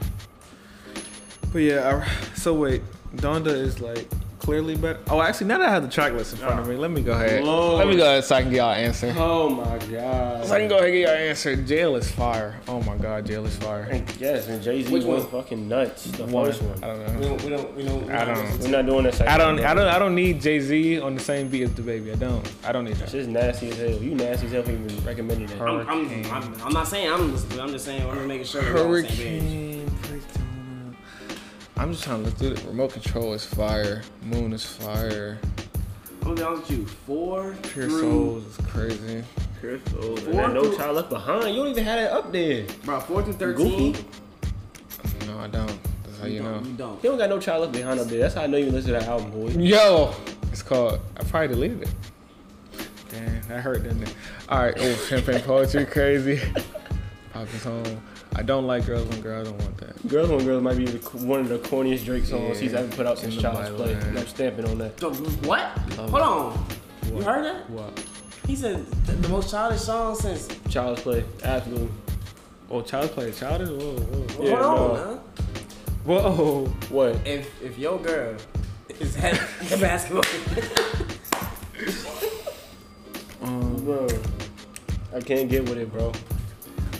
Speaker 2: But yeah, I, so wait, Donda is like clearly better. Oh, actually, now that I have the track list in front of me, let me go ahead.
Speaker 4: Lord.
Speaker 2: Let me go ahead so I can get y'all answer.
Speaker 4: Oh my
Speaker 2: So I
Speaker 4: god.
Speaker 2: can go ahead and get y'all answer. Jail is fire. Oh my god, jail is fire.
Speaker 4: And yes, and Jay Z
Speaker 3: Which
Speaker 4: went
Speaker 3: one?
Speaker 4: fucking nuts. The first one.
Speaker 2: I don't
Speaker 3: We
Speaker 2: know.
Speaker 3: don't we don't we don't. we
Speaker 2: I don't.
Speaker 4: We're not doing that. second
Speaker 2: I don't.
Speaker 4: one,
Speaker 2: I
Speaker 4: bro.
Speaker 2: don't. I don't need Jay Z on the same beat as the baby. I don't. I don't need
Speaker 4: It's
Speaker 2: that.
Speaker 4: just nasty as hell. You nasty as hell for even recommending that.
Speaker 3: I'm, I'm, I'm, I'm not saying I'm listening. I'm just saying I'm just making sure we're on the same page.
Speaker 2: Hurricane. Daytona. I'm just trying to look through it. Remote control is fire. Moon is fire.
Speaker 3: I'm gonna be honest with you. Four
Speaker 2: Pure
Speaker 3: through
Speaker 2: Souls is crazy.
Speaker 4: Four, oh, no child left behind. You don't even have that up there. You
Speaker 3: Bro, four through thirteen.
Speaker 4: Goofy.
Speaker 2: No, I don't. That's how you know.
Speaker 3: don't, You don't.
Speaker 4: don't got no child left behind up there. That's how I know you listen to that album, boy.
Speaker 2: Yo, it's called. I probably deleted it. Damn, that hurt, didn't it? All right. Oh, champagne poetry, crazy. Poppins home. I don't like girls on girls. I don't want that.
Speaker 4: Girls on Girls might be the, one of the corniest Drake songs
Speaker 2: Yeah.
Speaker 4: he's ever put out since
Speaker 2: In the
Speaker 4: Child's
Speaker 2: Bible,
Speaker 4: Play.
Speaker 2: man.
Speaker 4: And I'm stamping on that.
Speaker 3: The- what?
Speaker 4: Um,
Speaker 3: Hold on. You heard that?
Speaker 2: What?
Speaker 3: He said th- the most childish song since.
Speaker 4: Child's Play, absolutely.
Speaker 2: Oh, child play, childish. Whoa, whoa,
Speaker 4: Yeah,
Speaker 3: Hold on.
Speaker 4: no.
Speaker 3: Huh?
Speaker 2: whoa. whoa.
Speaker 4: What?
Speaker 3: If if your girl is at the basketball,
Speaker 2: Um,
Speaker 4: Bro, I can't get with it, bro.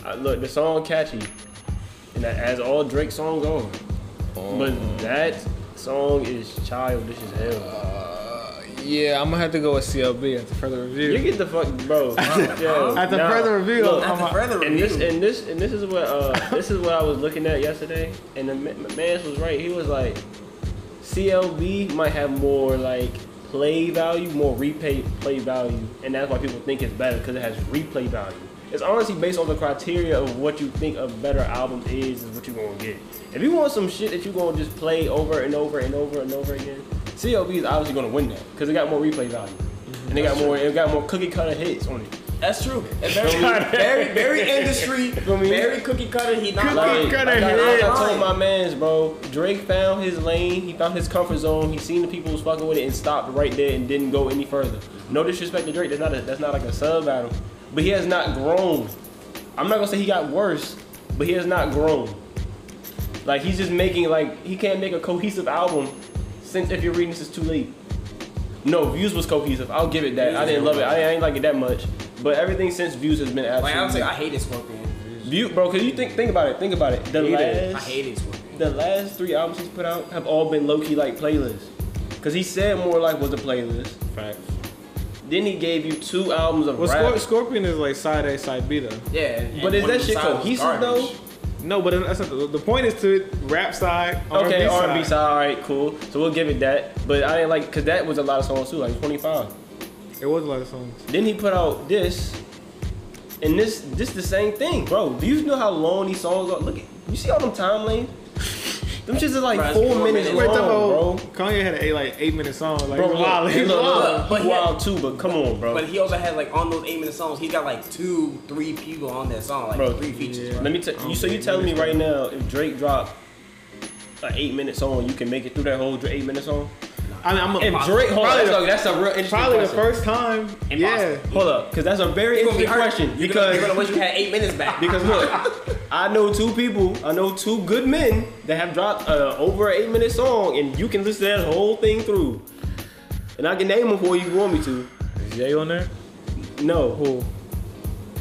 Speaker 4: I, look, the song catchy, and that, as all Drake songs are,
Speaker 2: Oh.
Speaker 4: but that song is childish as hell.
Speaker 2: uh, yeah, I'm gonna have to go with CLB at the further
Speaker 4: You
Speaker 2: review.
Speaker 4: get the fuck, bro. Yo,
Speaker 2: At the
Speaker 4: nah.
Speaker 2: further review,
Speaker 4: Look,
Speaker 2: I'm
Speaker 3: that's a
Speaker 2: a-
Speaker 3: further
Speaker 4: and this
Speaker 3: review.
Speaker 4: and this and this is what uh this is what I was looking at yesterday, and the ma- ma- man was right. He was like, CLB might have more like play value, more replay play value, and that's why people think it's better because it has replay value. It's honestly based on the criteria of what you think a better album is, is what you're gonna get. If you want some shit that you're gonna just play over and over and over and over again, CLB is obviously gonna win that because it got more replay value and it got more it got more cookie cutter hits on it.
Speaker 3: That's true. That's very, very, very industry,
Speaker 4: feel me?
Speaker 3: very cookie cutter. He not
Speaker 4: Like,
Speaker 3: lying.
Speaker 4: like
Speaker 2: cutter
Speaker 4: I, like I
Speaker 3: hits.
Speaker 4: told my man's bro, Drake found his lane. He found his comfort zone. He seen the people was fucking with it and stopped right there and didn't go any further. No disrespect to Drake. That's not a, that's not like a sub battle, but he has not grown. I'm not gonna say he got worse, but he has not grown. Like he's just making like he can't make a cohesive album since if you're reading this is too late. No, views was cohesive. I'll give it that. I didn't love it. I, I ain't like it that much. But everything since views has been absolutely.
Speaker 3: Like I would say, I hated Scorpion.
Speaker 4: View, bro, cause you think think about it, think about it. The last,
Speaker 3: I hated Scorpion.
Speaker 4: the last three albums he's put out have all been low key like playlists, cause he said more like was a playlist.
Speaker 2: Facts.
Speaker 4: Then he gave you two albums of
Speaker 2: Well,
Speaker 4: rap,
Speaker 2: Scor- Scorpion is like side A, side B though.
Speaker 3: Yeah, and
Speaker 4: but is
Speaker 3: one
Speaker 4: that
Speaker 3: of
Speaker 4: shit
Speaker 3: the songs was
Speaker 4: cohesive
Speaker 3: garbage.
Speaker 4: though?
Speaker 2: No, but that's not the, the point is to rap side, R&B
Speaker 4: Okay,
Speaker 2: side.
Speaker 4: R&B side, all right, cool. So we'll give it that. But I didn't like, cause that was a lot of songs too, like 25.
Speaker 2: It was a lot of songs.
Speaker 4: Then he put out this, and this this the same thing, bro. Do you know how long these songs are? Look, at, you see all them time lanes? Them shits is like
Speaker 3: Bro, it's
Speaker 4: four
Speaker 3: four
Speaker 4: minutes
Speaker 3: minutes.
Speaker 4: long,
Speaker 2: Wait, that
Speaker 4: bro.
Speaker 2: whole Kanye had an eight, like eight minute song. Like
Speaker 4: Bro,
Speaker 2: he was wild.
Speaker 4: look,
Speaker 2: He was
Speaker 4: look,
Speaker 2: wild.
Speaker 4: look,
Speaker 3: But
Speaker 4: he
Speaker 3: he-
Speaker 4: wild too, but come on, bro.
Speaker 3: But he also had like on those eight minute songs, he got like two, three people on that song, like
Speaker 4: Bro,
Speaker 3: three features.
Speaker 4: Let me tell you. So you telling me right now, if Drake dropped an eight minute song, you can make it through that whole eight minute song?
Speaker 2: I mean, I'm a,
Speaker 4: If Drake, hold
Speaker 2: probably,
Speaker 4: on,
Speaker 2: the,
Speaker 4: that's a, that's a real interesting
Speaker 2: probably the first
Speaker 4: question.
Speaker 2: time. Yeah,
Speaker 4: Hold up, because that's a very interesting question.
Speaker 3: You're
Speaker 4: because
Speaker 3: gonna, you're gonna wish you had eight minutes back.
Speaker 4: Because look, I know two people, I know two good men that have dropped uh, over an eight minute song, and you can listen to that whole thing through. And I can name them for you if you want me to.
Speaker 2: is Jay on there?
Speaker 4: No, who?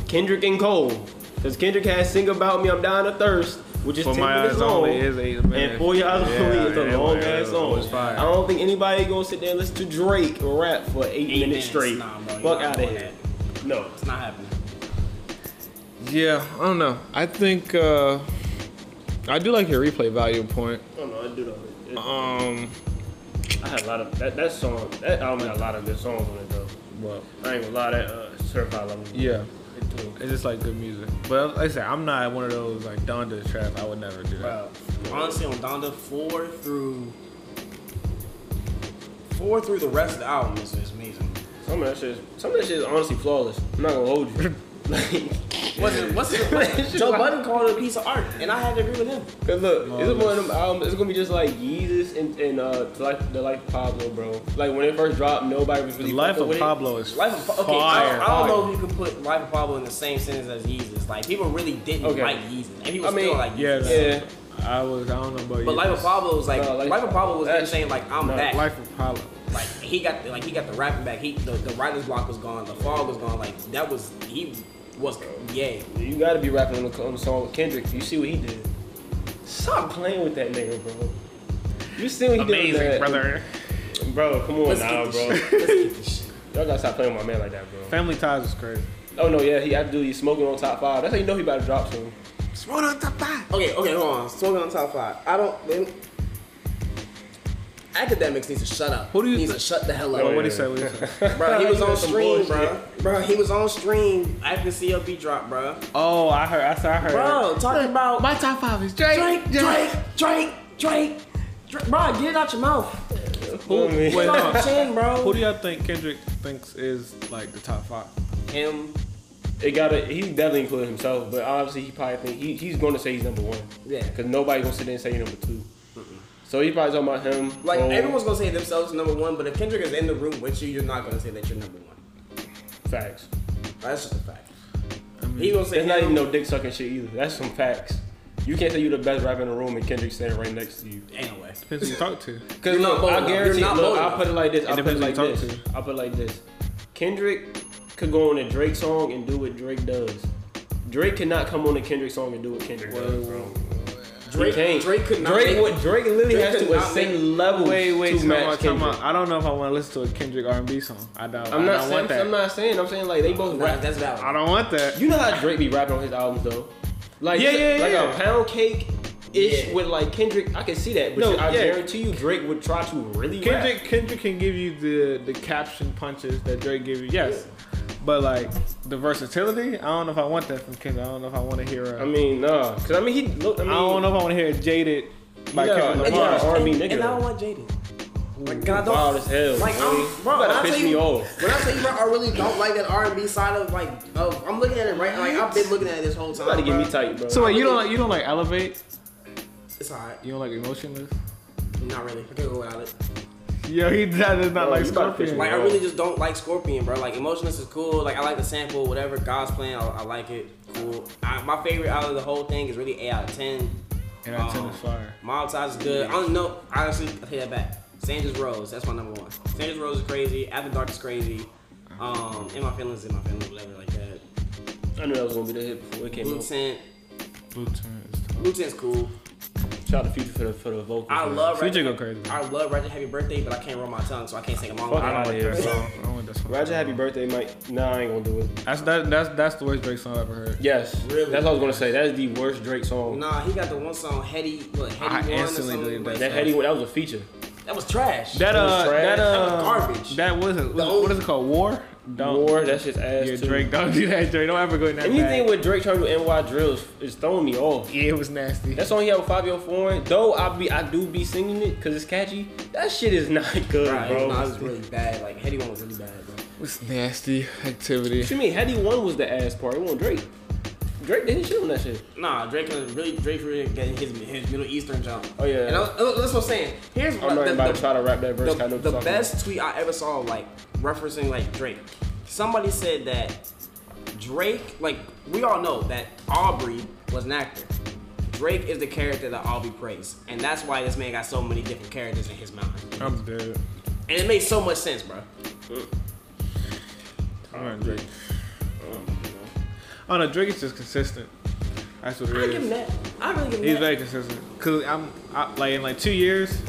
Speaker 4: Kendrick and Cole. Because Kendrick has Sing About Me, I'm Dying of Thirst, which is
Speaker 2: For
Speaker 4: 10
Speaker 2: my
Speaker 4: minutes
Speaker 2: eyes
Speaker 4: long.
Speaker 2: only is eight minutes.
Speaker 4: and For Your Eyes
Speaker 2: Yeah,
Speaker 4: Only is
Speaker 2: yeah,
Speaker 4: a long
Speaker 2: yeah,
Speaker 4: ass
Speaker 2: yeah,
Speaker 4: song.
Speaker 2: it's fire.
Speaker 4: I don't think anybody gonna sit there and listen to Drake rap for eight, minutes, straight.
Speaker 3: Nah, bro, you're
Speaker 4: Fuck
Speaker 3: not
Speaker 4: out of
Speaker 3: doing
Speaker 4: here.
Speaker 3: that.
Speaker 4: No.
Speaker 3: It's not happening.
Speaker 2: Yeah, I don't know. I think uh, I do like your replay value point.
Speaker 4: I don't know, Oh, I do though. It-
Speaker 2: Um,
Speaker 4: I had a lot of that, that song. That album had a lot of good songs on it though.
Speaker 2: well,
Speaker 4: I ain't gonna lie, that uh, certified level.
Speaker 2: yeah, it's just like good music. But like I said, I'm not one of those like Donda trap. I would never do that.
Speaker 3: Bro, honestly, on Donda four through four through the rest of the album is, is amazing.
Speaker 4: Some of that shit, some of that shit is honestly flawless. I'm not gonna hold you. like,
Speaker 3: What's it? What's it? Joe Budden called it a piece of art, and I had to agree with him.
Speaker 4: Cause look, it's one of them albums. It's gonna be just like Yeezus and, and uh, the life, the life of Pablo, bro. Like when it first dropped, nobody was really
Speaker 2: The Life
Speaker 4: fucking
Speaker 2: of
Speaker 4: with it.
Speaker 2: Pablo is
Speaker 3: Life of Pa- okay, I
Speaker 2: fire.
Speaker 3: don't, I don't know if you can put Life of Pablo in the same sentence as Yeezus. Like people really didn't
Speaker 4: Okay.
Speaker 3: like Yeezus, and people
Speaker 4: I mean,
Speaker 3: still like Yeezus.
Speaker 2: Yeah,
Speaker 4: Yeah,
Speaker 2: I was. I don't know about you.
Speaker 3: But Life of Pablo was like,
Speaker 4: No, like-
Speaker 3: Life of Pablo was him
Speaker 4: that's-
Speaker 3: saying like, I'm
Speaker 4: no,
Speaker 3: back.
Speaker 2: Life of Pablo.
Speaker 3: like he got the, like he got the rapping back. He the, the writer's block was gone. The fog was gone. Like that was he was yeah.
Speaker 4: you gotta be rapping on the, on the song with Kendrick. You see what he did? Stop playing with that nigga, bro. You see what he did? on that- Bro, come on
Speaker 3: Let's
Speaker 4: now,
Speaker 3: get
Speaker 4: bro.
Speaker 3: this- let's get this shit.
Speaker 4: Y'all gotta stop playing with my man like that, bro.
Speaker 2: Family Ties is crazy.
Speaker 4: Oh no, yeah, he absolutely smoking on top five. That's how you know he about to drop soon.
Speaker 3: Okay, okay, hold on. Smoking on top five. I don't. Then, academics needs to shut up.
Speaker 2: Who do you
Speaker 3: needs
Speaker 2: thi-
Speaker 3: to shut the hell up?
Speaker 2: Bro,
Speaker 4: Oh, yeah.
Speaker 2: what he said? What he said?
Speaker 3: Bro, he was on
Speaker 4: That's some
Speaker 3: stream, bro.
Speaker 4: bullshit.
Speaker 3: Bro, he was on stream after CLB drop, bro.
Speaker 2: oh, I heard. I saw. I heard.
Speaker 3: Bro, talking about
Speaker 2: my top five is Drake.
Speaker 3: Drake, Drake, Drake, Drake, Drake. Bro, get it out your mouth.
Speaker 4: Who,
Speaker 2: Wait,
Speaker 3: Get it
Speaker 2: no.
Speaker 3: out your chin, bro.
Speaker 2: Who do y'all think Kendrick thinks is like the top five?
Speaker 4: him? It gotta. He definitely included himself, but obviously he probably think he, he's going to say he's number one.
Speaker 3: Yeah.
Speaker 4: Because nobody gonna sit there and say he number 2 So he probably talking about him.
Speaker 3: Like
Speaker 4: Cole,
Speaker 3: everyone's gonna say themselves number one, but if Kendrick is in the room with you, you're not gonna say that you're number one.
Speaker 4: facts.
Speaker 3: That's just a fact. He gonna say
Speaker 4: That's not
Speaker 3: him.
Speaker 4: even no dick sucking shit either. That's some facts. You can't say you the best rapper in the room and Kendrick standing right next to you.
Speaker 3: anyway.
Speaker 2: Depends who you talk to.
Speaker 4: Because
Speaker 3: You're not
Speaker 4: look,
Speaker 3: bold
Speaker 4: I
Speaker 3: enough.
Speaker 4: guarantee.
Speaker 3: You're not
Speaker 4: Look,
Speaker 3: bold
Speaker 4: I'll
Speaker 3: enough.
Speaker 4: put it like this. I'll put it
Speaker 2: depends
Speaker 4: like
Speaker 2: who you talk
Speaker 4: this. I'll put it like this. Kendrick could go on a Drake song and do what Drake does. Drake cannot come on a Kendrick song and do what Kendrick does, bro.
Speaker 3: Drake-
Speaker 4: He can't.
Speaker 3: Drake could not
Speaker 4: Drake,
Speaker 3: make-
Speaker 4: would- Drake literally
Speaker 3: Drake
Speaker 4: has
Speaker 3: could
Speaker 4: to
Speaker 3: not
Speaker 4: ascend
Speaker 3: make-
Speaker 4: levels
Speaker 2: Wait, wait,
Speaker 4: to
Speaker 2: time
Speaker 4: match
Speaker 2: out, time
Speaker 4: Kendrick.
Speaker 2: out. I don't know if I want to listen to a Kendrick R&B song. I don't.
Speaker 4: I'm
Speaker 2: I
Speaker 4: not
Speaker 2: don't
Speaker 4: saying.
Speaker 2: want that.
Speaker 4: I'm not saying. I'm saying like they both
Speaker 3: Nah,
Speaker 4: rap.
Speaker 3: that's valid.
Speaker 2: I don't want that.
Speaker 4: You know how Drake be rapping on his albums though, like
Speaker 2: Yeah, yeah,
Speaker 4: like
Speaker 2: yeah.
Speaker 4: a pound cake ish
Speaker 3: Yeah.
Speaker 4: with like Kendrick. I can see that, but
Speaker 2: No,
Speaker 4: you- I
Speaker 2: yeah.
Speaker 4: guarantee you Drake would try to really rap.
Speaker 2: Kendrick Kendrick can give you the the caption punches that Drake give you. Yes. But like the versatility. I don't know if I want that from Kendrick. I don't know if I want to hear. A, I,
Speaker 4: I mean, nah, cause I mean he look. I mean,
Speaker 2: don't know if I want to hear a jaded by
Speaker 4: Yeah,
Speaker 2: Kendrick
Speaker 4: and
Speaker 2: Lamar.
Speaker 4: yeah, R&B
Speaker 3: and,
Speaker 4: nigga.
Speaker 3: and I don't want Jaden. Like, God, I don't-
Speaker 4: wild as hell.
Speaker 3: Like,
Speaker 4: man.
Speaker 3: I'm, bro,
Speaker 4: you
Speaker 3: when
Speaker 4: gotta
Speaker 3: I
Speaker 4: piss
Speaker 3: tell
Speaker 4: me
Speaker 3: you,
Speaker 4: off.
Speaker 3: when I tell you, bro, I really don't like that R and B side of like, of, I'm looking at it right, like I've been looking at it this whole time.
Speaker 4: You gotta get me
Speaker 3: bro.
Speaker 4: tight, bro.
Speaker 2: So wait, you don't like you don't like elevate?
Speaker 3: It's alright.
Speaker 2: You don't like emotionless?
Speaker 3: Not really. I can go without it.
Speaker 2: Yo, he does not
Speaker 4: Bro,
Speaker 2: like
Speaker 4: you about to piss
Speaker 2: Scorpion.
Speaker 4: me
Speaker 3: Like I
Speaker 4: Yeah.
Speaker 3: really just don't like Scorpion, bro. Like Emotionless is cool. Like I like the sample, whatever God's playing, I, I like it. Cool. I, my favorite out of the whole thing is really eight out of ten.
Speaker 2: And I tend to fire.
Speaker 3: Mob Ties is good. I don't know. Honestly, I take that back. Sandra's Rose, that's my number one. Sandra's Rose is crazy. After Dark is crazy. Um, in my feelings, in my feelings, whatever like that.
Speaker 4: I knew that was gonna be the hit before it came
Speaker 3: Blue
Speaker 4: out.
Speaker 3: Tint,
Speaker 2: Blue Tint is tough.
Speaker 3: Blue Tint's cool.
Speaker 4: Shout out to Future for the for the vocals.
Speaker 3: I
Speaker 4: man.
Speaker 3: love
Speaker 2: Future
Speaker 3: Ratchet-
Speaker 2: go crazy.
Speaker 3: I love Ratchet Happy Birthday, but I can't roll my tongue, so I can't sing along.
Speaker 4: Fuck
Speaker 3: I don't
Speaker 4: outta
Speaker 2: I
Speaker 3: like
Speaker 2: like
Speaker 4: here,
Speaker 2: that
Speaker 4: bro.
Speaker 2: song. I don't want that song.
Speaker 4: Roger, happy birthday, Mike. Nah, I ain't gonna do it.
Speaker 2: That's that, that's that's the worst Drake song I ever heard.
Speaker 4: Yes,
Speaker 3: Really?
Speaker 4: that's what I was gonna say. That's the worst Drake song.
Speaker 3: Nah, he got the one song, Heady, what, Heady
Speaker 2: I
Speaker 3: One
Speaker 2: instantly
Speaker 3: or something?
Speaker 2: deleted that
Speaker 4: That heady one, that was a feature.
Speaker 3: That was trash.
Speaker 2: That
Speaker 4: It was
Speaker 2: uh,
Speaker 4: trash.
Speaker 2: that uh,
Speaker 3: That was garbage.
Speaker 2: That wasn't.
Speaker 3: old-
Speaker 2: What is it called? War. Don't.
Speaker 4: War, that's just ass
Speaker 2: Yeah,
Speaker 4: too.
Speaker 2: Drake. Don't do that, Drake. Don't ever go in that.
Speaker 4: Anything
Speaker 2: bag.
Speaker 4: with Drake trying to do NY drills is throwing me off.
Speaker 2: Yeah, it was nasty.
Speaker 4: That song he had with Fabio Foreign, though I be I do be singing it because it's catchy. That shit is not good,
Speaker 3: Right,
Speaker 4: bro.
Speaker 3: nah, it was really bad. Like Heady One was really bad, bro.
Speaker 2: It was nasty activity.
Speaker 4: What you mean? Heady one was the ass part. It wasn't Drake. Drake did his shit on that shit.
Speaker 3: Nah, Drake was really Drake really getting his his Middle Eastern jump.
Speaker 4: Oh, yeah.
Speaker 3: and I, uh, that's what I'm saying. Here's
Speaker 4: I'm
Speaker 3: what
Speaker 4: not
Speaker 3: the,
Speaker 4: about to
Speaker 3: the,
Speaker 4: try to rap that verse. I know
Speaker 3: the,
Speaker 4: what
Speaker 3: the
Speaker 4: you're talking
Speaker 3: best tweet I ever saw, like referencing like Drake. Somebody said that Drake, like we all know that Aubrey was an actor. Drake is the character that Aubrey plays, and that's why this man got so many different characters in his mind.
Speaker 2: I'm dead.
Speaker 3: And it makes so much sense, bro.
Speaker 2: All right, Drake. Oh no, Drake is just consistent. That's what it
Speaker 3: I
Speaker 2: is.
Speaker 3: give him that. I really give him
Speaker 2: He's
Speaker 3: that.
Speaker 2: very consistent. Cause I'm I, like in like two years,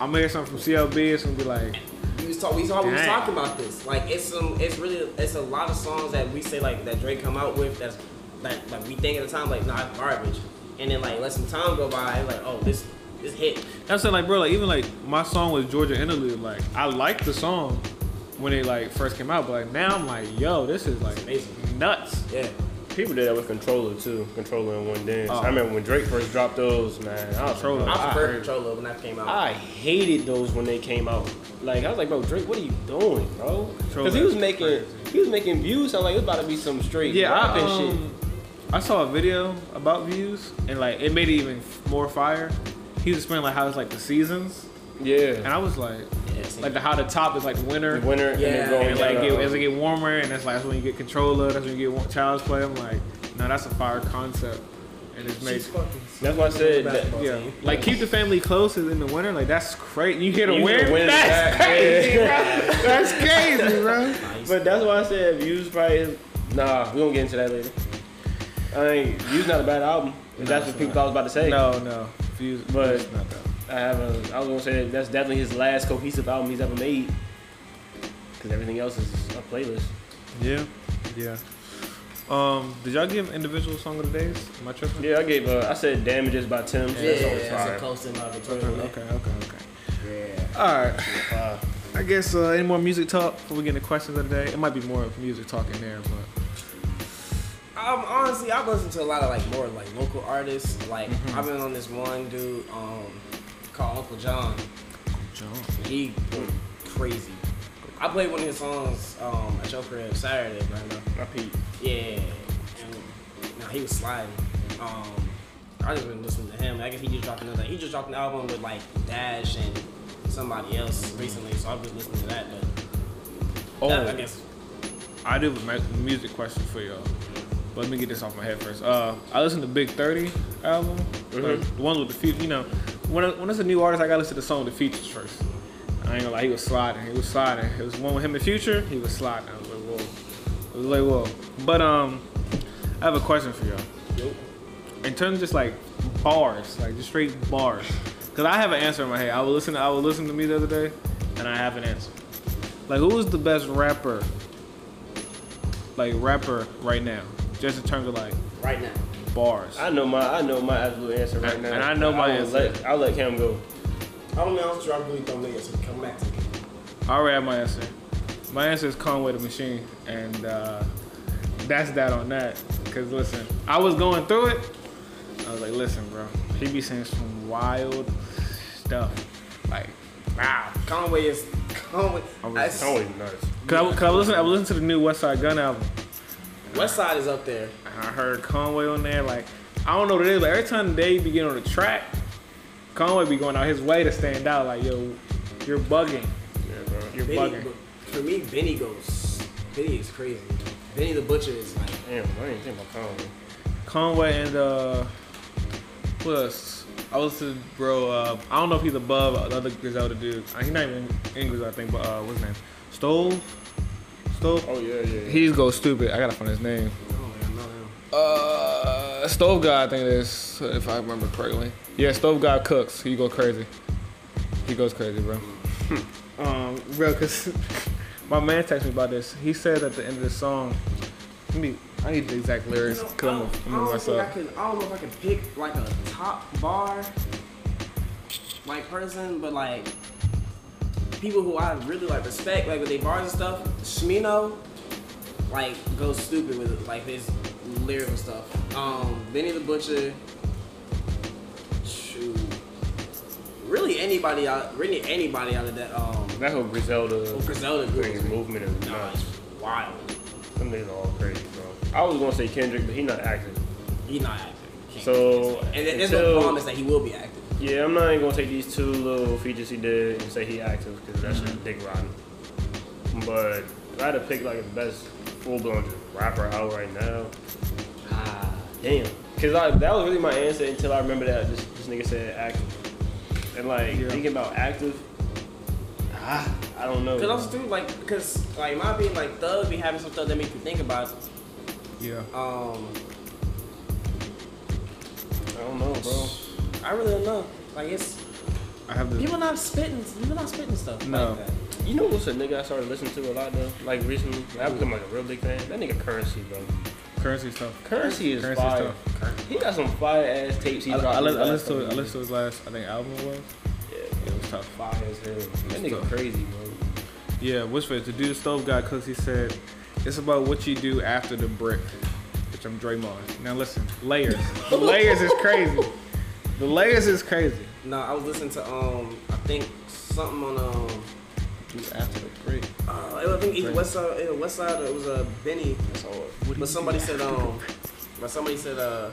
Speaker 2: I'm gonna hear something from CLB. It's gonna be like,
Speaker 3: We was, talk, we, was, we was
Speaker 2: Dang.
Speaker 3: talking about this. Like it's some, it's really, it's a lot of songs that we say like that Drake come out with that's that like we think at the time like not garbage, and then like let some time go by and like oh this this hit.
Speaker 2: that's it, like bro. Like even like my song was Georgia Interlude. Like I liked the song when it like first came out, but like now I'm like, yo, this is like
Speaker 3: amazing.
Speaker 2: nuts.
Speaker 3: Yeah,
Speaker 4: about. People did that with Controller too. Controller in one dance.
Speaker 2: Oh.
Speaker 4: I remember when Drake first dropped those, man. I was
Speaker 2: Controller.
Speaker 4: Like,
Speaker 3: I
Speaker 2: I
Speaker 3: prefer
Speaker 2: heard- Ah.
Speaker 3: Controller when that came out.
Speaker 4: I hated those when they came out. Like I was like, bro, Drake, what are you doing, bro? Because he was making he was making views. I'm like, it was about to be some straight
Speaker 2: Yeah,
Speaker 4: rap
Speaker 2: I,
Speaker 4: and
Speaker 2: um, I saw a video about views, and like it made it even f- more fire. He was explaining like how it's like the seasons,
Speaker 4: shit.
Speaker 2: and I was like,
Speaker 3: Yeah, same.
Speaker 2: like the how the top is like winter,
Speaker 4: The winner and
Speaker 3: Yeah.
Speaker 4: then going
Speaker 2: and like
Speaker 4: down.
Speaker 2: it, as it get warmer, and that's like that's when you get controller, that's when you get wa- child's play. I'm like, no, that's a fire concept, and it's made.
Speaker 3: She's fucking
Speaker 4: That's why I said that,
Speaker 3: basketball
Speaker 2: Yeah,
Speaker 3: team.
Speaker 2: like keep the family close is in the winter. Like that's crazy. You get a
Speaker 4: You
Speaker 2: win.
Speaker 4: hit a win in the
Speaker 2: That's
Speaker 4: back,
Speaker 2: crazy, bro. That's crazy, bro.
Speaker 4: But that's why I said views probably. Nah, we gonna get into that later. I ain't views not a bad album. If that's what people thought I was about to say.
Speaker 2: No, no, views,
Speaker 4: But-
Speaker 2: it's not that.
Speaker 4: I have a. I was gonna say that that's definitely his last cohesive album he's ever made. Cause everything else is a playlist.
Speaker 2: Yeah, yeah. Um, did y'all give individual song of the days? Am I tripping?
Speaker 4: Yeah, I gave. Uh, I said damages by Tim.
Speaker 3: Yeah,
Speaker 4: that's always
Speaker 3: that's a
Speaker 4: fire.
Speaker 3: close in my Victoria.
Speaker 2: Okay, okay, okay.
Speaker 3: Yeah.
Speaker 2: All right.
Speaker 4: Uh,
Speaker 2: I guess uh, any more music talk before we get into questions of the day? It might be more of music talk in there, but
Speaker 3: Um, honestly, I've listened to a lot of like more like local artists. Like
Speaker 2: Mm-hmm.
Speaker 3: I've been on this one dude um called Uncle John.
Speaker 2: John.
Speaker 3: He went crazy. I played one of his songs um, at your crib Saturday, bro.
Speaker 4: my Pete.
Speaker 3: Yeah. And, nah, he was sliding. Um, I just been listening to him. I guess he just dropped another. He just dropped an album with like Dash and somebody else recently, so I've been listening to that. But
Speaker 2: Oh,
Speaker 3: that, I guess
Speaker 2: I do have a mu- music question for y'all. But let me get this off my head first. Uh, I listened to Big Thirty album, like, the ones with the feature. You know, when when it's a new artist, I gotta listen to the song with the features first. I ain't gonna lie, he was sliding. He was sliding. It was one with him in Future. He was sliding. I was like, whoa. It was like, whoa. But um, I have a question for y'all. In terms of just like bars, like just straight bars, because I have an answer in my head. I was listening. I was listening to me the other day, and I have an answer. Like, who is the best rapper like rapper right now, just in terms of like
Speaker 3: right now.
Speaker 2: bars.
Speaker 4: I know my. I know my absolute answer right
Speaker 2: And-
Speaker 4: now.
Speaker 2: and I know my
Speaker 4: will
Speaker 2: answer.
Speaker 4: Let, I'll let him go.
Speaker 5: I don't know. I really don't know yet. So come back to me.
Speaker 2: I already have my answer. My answer is Conway the Machine, and uh, that's that on that. Cause listen, I was going through it. I was like, listen, bro, he be saying some wild stuff. Like, wow.
Speaker 3: Conway is Conway.
Speaker 2: Conway-
Speaker 3: That's,
Speaker 4: Always nuts.
Speaker 2: Cause I, cause I was listening, I was listening to the new West Side Gun album.
Speaker 3: West Side is up there.
Speaker 2: And I heard Conway on there. Like, I don't know what it is, but every time they be getting on the track, Conway be going out his way to stand out. Like, yo, you're bugging. You're
Speaker 3: Benny,
Speaker 2: bugging.
Speaker 3: for me, Benny goes. Benny is crazy. Benny the Butcher is like
Speaker 4: Damn, I didn't think about Conway.
Speaker 2: Conway and uh, who else? I was to bro. Uh, I don't know if he's above the other Griselda dude. Uh, He's not even in Griselda, I think. But uh, what's his name? Stove. Stove.
Speaker 4: Oh yeah, yeah. yeah.
Speaker 2: He's go stupid. I gotta find his name.
Speaker 3: oh,
Speaker 2: Uh, Stove God, I think it is, if I remember correctly. Yeah, Stove God cooks. He go crazy. He goes crazy, bro. um, bro, cause my man texted me about this. He said at the end of the song, let me. I need the exact lyrics.
Speaker 3: You know,
Speaker 2: Cause I'm, I'm
Speaker 3: I don't-
Speaker 2: gonna
Speaker 3: I don't
Speaker 2: mess
Speaker 3: think
Speaker 2: up.
Speaker 3: I, can, I don't know if I can pick like a top bar, like person, but like people who I really like respect, like with their bars and stuff. Shmino, like goes stupid with like his lyrical stuff. Um, Benny the Butcher, shoot, really anybody out, really anybody out of that um
Speaker 4: That whole Griselda
Speaker 3: Griselda group.
Speaker 4: thing,
Speaker 3: is-
Speaker 4: movement is
Speaker 3: Nah,
Speaker 4: nuts.
Speaker 3: it's wild.
Speaker 4: Them niggas are all crazy, bro. I was gonna say Kendrick, but he not active.
Speaker 3: He's not active. Can't
Speaker 4: So,
Speaker 3: do this. and there- there's no
Speaker 4: until-
Speaker 3: promise that he will be active.
Speaker 4: Yeah, I'm not even gonna take these two little features he did and say he active because that's
Speaker 3: Mm-hmm.
Speaker 4: just dick rotten. But if I had to pick like the best full blown rapper out right now, ah, damn. Cause like that was really my answer until I remember that this, this nigga said active, and like
Speaker 2: Yeah.
Speaker 4: thinking about active, ah, I don't know.
Speaker 3: Cause I was too like, cause like in my opinion, like thugs be having some stuff that make you think about.
Speaker 2: Yeah.
Speaker 3: Um,
Speaker 4: I don't know, bro.
Speaker 3: I really don't know. Like it's
Speaker 2: I have this.
Speaker 3: people not spitting, people not spitting stuff
Speaker 2: No.
Speaker 3: like that.
Speaker 4: You know what's a nigga I started listening to a lot though, like recently. I've become like a real big fan. That nigga Currency, bro.
Speaker 2: Currency stuff.
Speaker 4: Currency is
Speaker 2: Currency's
Speaker 4: fire. He got some fire ass tapes. He
Speaker 2: I,
Speaker 4: dropped
Speaker 2: I, li-
Speaker 4: his
Speaker 2: I
Speaker 4: last
Speaker 2: listened to
Speaker 4: couple
Speaker 2: I listened to his last I think album it was.
Speaker 4: years.
Speaker 2: Yeah, it was tough.
Speaker 4: Yeah, fire as hell. That nigga
Speaker 2: tough.
Speaker 4: crazy, bro.
Speaker 2: Yeah, which way to do the stove guy cooks? He said, "It's about what you do after the brick." Which I'm Draymond. Now listen, layers. the layers is crazy. The layers is crazy.
Speaker 3: No, I was listening to um, I think something on um,
Speaker 2: Do after the brick.
Speaker 3: uh, I think either West Side, either West Side, or it was uh, Benny,
Speaker 4: That's all.
Speaker 3: but somebody said um, but somebody said uh,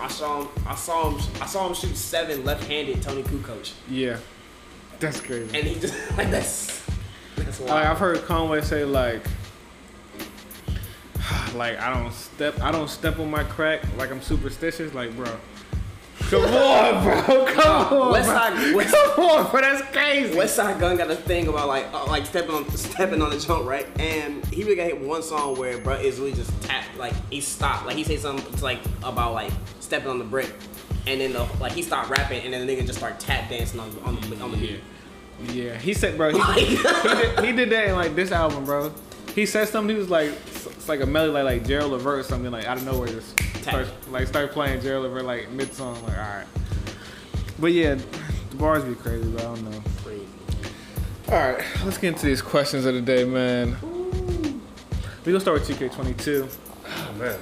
Speaker 3: I saw him, I saw him, I saw him shoot seven left-handed Tony Kukoc,
Speaker 2: Yeah, that's crazy.
Speaker 3: and he just like that's that's wild.
Speaker 2: Like I've heard Conway say like, like I don't step, I don't step on my crack like I'm superstitious. Like, bro, come on, bro, come on,
Speaker 3: West
Speaker 2: bro.
Speaker 3: Side- West-
Speaker 2: come on, bro, that's crazy.
Speaker 3: West Side Gun got a thing about like uh, like stepping on stepping on the jump, right? And he really got hit one song where bruh is really just tap like he stopped, like he said something it's like about like stepping on the brick, and then the like he stopped rapping, and then the nigga just start tap dancing on on the, on the beat.
Speaker 2: Yeah, he said, bro, he,
Speaker 3: Like-
Speaker 2: he, did, he did that in like this album, bro. He said something. He was like, it's like a melody, like like Gerald Levert or something, like out of nowhere, just start, like start playing Gerald Levert like mid song, like all right. But yeah, the bars be crazy, but I don't know.
Speaker 3: Crazy.
Speaker 2: All right, let's get into these questions of the day, man. We gonna start with 2K22.
Speaker 4: Oh, man.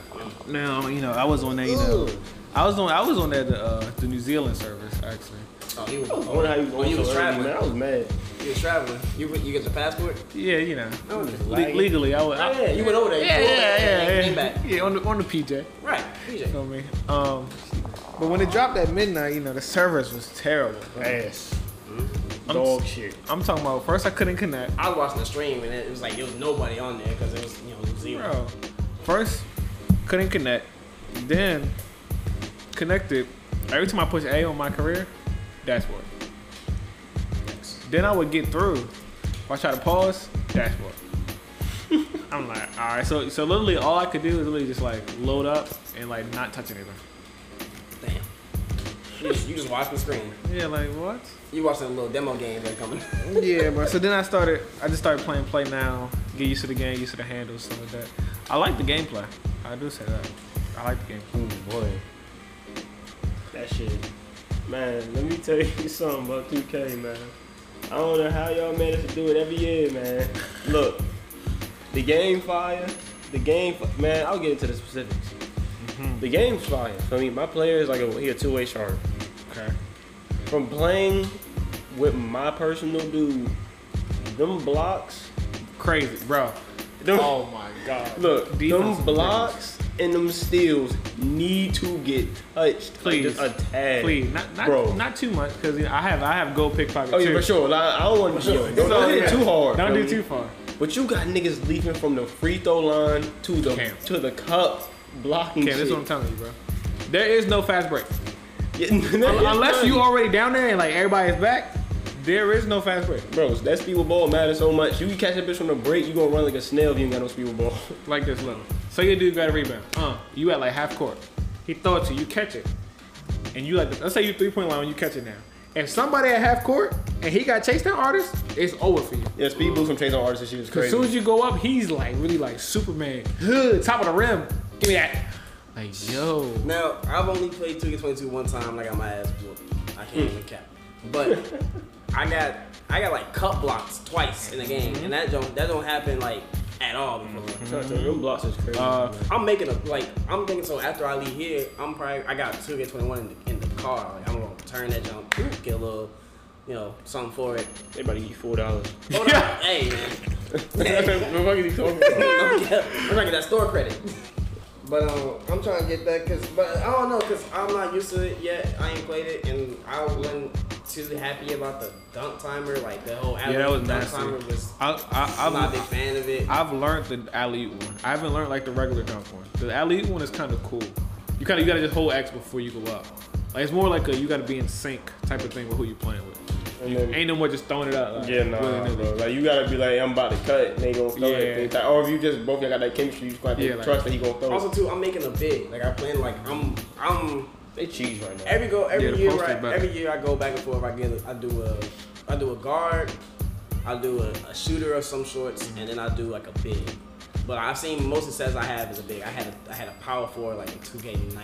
Speaker 2: Now, you know, I was on that, you know, I was on, I was on that uh, the New Zealand service actually.
Speaker 3: Oh, he was,
Speaker 4: I wonder how you was
Speaker 3: Oh,
Speaker 4: going
Speaker 3: you
Speaker 4: so
Speaker 3: was
Speaker 4: early,
Speaker 3: traveling.
Speaker 4: man. I was mad.
Speaker 3: You was traveling. You you get your passport.
Speaker 2: Yeah, you know,
Speaker 3: I was just
Speaker 2: le-
Speaker 3: lagging.
Speaker 2: legally, I was. I,
Speaker 3: Yeah, yeah, you went over there.
Speaker 2: yeah,
Speaker 3: you
Speaker 2: yeah, yeah,
Speaker 3: Came
Speaker 2: yeah.
Speaker 3: back.
Speaker 2: yeah, on the on the PJ.
Speaker 3: Right. PJ.
Speaker 2: Feel me? Um, but when it dropped at midnight, you know, the service was terrible.
Speaker 4: Ass.
Speaker 2: I'm
Speaker 4: Dog
Speaker 2: s-
Speaker 4: shit.
Speaker 2: I'm talking about first I couldn't connect.
Speaker 3: I was watching the stream and it was like there was nobody on there because it was you know zero.
Speaker 2: Bro, first couldn't connect, then connected. Every time I push A on my career, dashboard. Then I would get through. If I try to pause, dashboard. I'm like, all right. So, so literally, all I could do is literally just like load up and like not touch anything.
Speaker 3: Damn. You just, you just watch the screen.
Speaker 2: Yeah, like what?
Speaker 3: You watch the little demo game that coming.
Speaker 2: yeah, bro. So then I started. I just started playing play now. Get used to the game, used to the handles, stuff like that. I like the gameplay. I do say that. I like the game.
Speaker 4: Oh boy. That shit. Man, let me tell you something about 2K, man. I don't know how y'all managed to do it every year, man. Look, the game fire, the game, man. I'll get into the specifics.
Speaker 2: Mm-hmm.
Speaker 4: The game's fire. I mean, my player is like a, he a two way shark.
Speaker 2: Okay.
Speaker 4: From playing with my personal dude, them blocks,
Speaker 2: Crazy, bro.
Speaker 4: them,
Speaker 2: Oh my god.
Speaker 4: Look,
Speaker 2: Defense
Speaker 4: them
Speaker 2: is
Speaker 4: blocks and them steals need to get touched.
Speaker 2: Please.
Speaker 4: like just a tag.
Speaker 2: Please, not not,
Speaker 4: Bro.
Speaker 2: not too much because you know, I have I have gold pickpocket
Speaker 4: Oh yeah,
Speaker 2: too.
Speaker 4: for sure. Like, I don't want to do it. Don't don't hit it too hard.
Speaker 2: Don't
Speaker 4: feel
Speaker 2: do
Speaker 4: me?
Speaker 2: too far.
Speaker 4: But you got niggas leaping from the free throw line to the
Speaker 2: Cam.
Speaker 4: to the cup, blocking.
Speaker 2: Okay, this
Speaker 4: shit.
Speaker 2: is what I'm telling you, bro. There is no fast break
Speaker 4: Yeah,
Speaker 2: unless you already down there and like everybody's back. There is no fast break
Speaker 4: Bro, that speed with ball matters so much. You can catch that bitch from the break, you gonna run like a snail if you ain't got no speed with ball.
Speaker 2: like this level. So your dude got a rebound. Uh, you at like half court. He throw it to you, you catch it, and you like let's say you three point line, you catch it now. If somebody at half court and he got chased down artist, it's over for you.
Speaker 4: Yeah, speed boost from chasing artists and shit is
Speaker 2: As
Speaker 4: crazy.
Speaker 2: soon as you go up, he's like really like Superman. Hood, top of the rim. Give me that. Like, yo.
Speaker 3: Now, I've only played 2K22 one time and I got my ass whooped. I can't even cap. But I got I got like cut blocks twice in a game, and that don't that don't happen like at all before.
Speaker 4: Them blocks is crazy.
Speaker 2: Uh,
Speaker 3: I'm making a like I'm thinking so after I leave here, I'm probably I got 2K21 in the, in the car. Like I'm gonna turn that jump, get a little, you know, something for it.
Speaker 4: they about to give you four dollars.
Speaker 3: Hold on, hey man,
Speaker 4: what the fuck is he talking about?
Speaker 3: I'm trying to get that store credit.
Speaker 5: But um, I'm trying to get that because, but I don't know because I'm not used to it yet. I ain't played it, and I wasn't too happy about the dunk timer. Like the whole
Speaker 2: yeah, that was
Speaker 5: dunk
Speaker 2: nasty.
Speaker 5: timer was.
Speaker 2: I,
Speaker 5: I'm
Speaker 2: I,
Speaker 5: not a big
Speaker 2: I've,
Speaker 5: fan of it.
Speaker 2: I've learned the alley oop one. I haven't learned like the regular dunk one. The alley oop one is kind of cool. You kind of you gotta just hold X before you go up. Like it's more like a you gotta be in sync type of thing with who you playing with.
Speaker 4: And then-
Speaker 2: Ain't no more just throwing it up. Like,
Speaker 4: Yeah, nah,
Speaker 2: willy-nilly.
Speaker 4: bro. Like you gotta be like, I'm about to cut, and they gonna throw
Speaker 2: Yeah.
Speaker 4: it. Like, or if you just both y'all got that chemistry, you just gonna have to
Speaker 2: Yeah, like-
Speaker 4: trust that he gonna throw
Speaker 3: Also
Speaker 4: it.
Speaker 3: too, I'm making a bid. Like I plan like I'm I'm
Speaker 4: They cheese right now.
Speaker 3: Every go every
Speaker 2: Yeah, the
Speaker 3: year,
Speaker 2: post is
Speaker 3: right?
Speaker 2: better.
Speaker 3: Every year I go back and forth. I get a, I do a I do a guard, I do a, a shooter of some sorts, and then I do like a big. But I've seen most success I have is a big. I had a, I had a power four like in 2K19.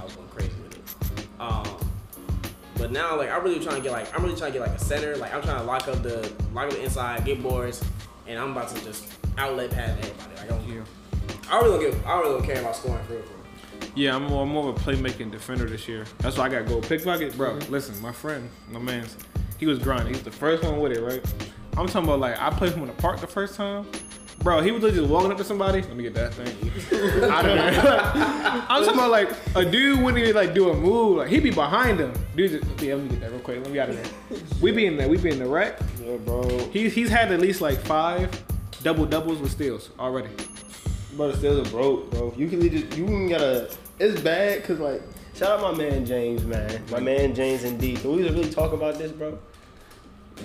Speaker 3: I was going crazy with it. Um, but now like I'm really trying to get like I'm really trying to get like a center. Like I'm trying to lock up the lock up the inside, get boards, and I'm about to just outlet pass everybody. Like I don't,
Speaker 2: Yeah.
Speaker 3: I really don't give I really don't care about scoring for real. for real.
Speaker 2: Yeah, I'm more, I'm more of a playmaking defender this year. That's why I got gold pickpocket, bro. Listen, my friend, my man's, he was grinding. He was the first one with it, right? I'm talking about like I played him in the park the first time, bro. He was literally just walking up to somebody. Let me get that thing out of there. I'm talking about like a dude wouldn't even like do a move. Like he be behind him. Dude, just, yeah, let me get that real quick. Let me out of there. We be in there. We be in the wreck.
Speaker 6: Yeah, bro.
Speaker 2: He's he's had at least like five double doubles with steals already.
Speaker 6: But it's still a broke, bro. You can just you can gotta. It's bad cause like
Speaker 4: Shout out my man James, man. My man James indeed. Can we really talk about this, bro?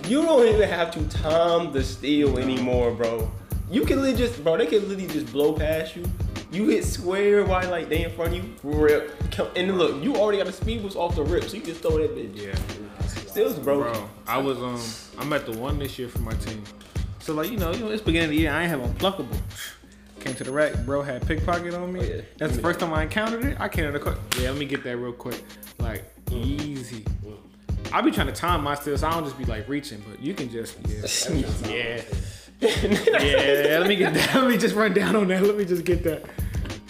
Speaker 4: You don't even have to time the steal anymore, bro. You can literally just, bro. They can literally just blow past you. You hit square while like they in front of you. Rip. Come- And look, you already got the speed boost off the rip, so you just throw that bitch.
Speaker 2: Yeah.
Speaker 4: Steals broken.
Speaker 2: Bro, I was um, I'm at the one this year for my team. So like you know, you know, it's beginning of the year. I ain't have unpluckable. Came to the rack, bro. Had pickpocket on me.
Speaker 4: Oh, yeah.
Speaker 2: That's the first time I encountered it. I came to the court. Yeah, let me get that real quick. Like easy. I be trying to time my steals. I don't just be like reaching, but you can just yeah, yeah, yeah. Let me get that. Let me just run down on that. Let me just get that.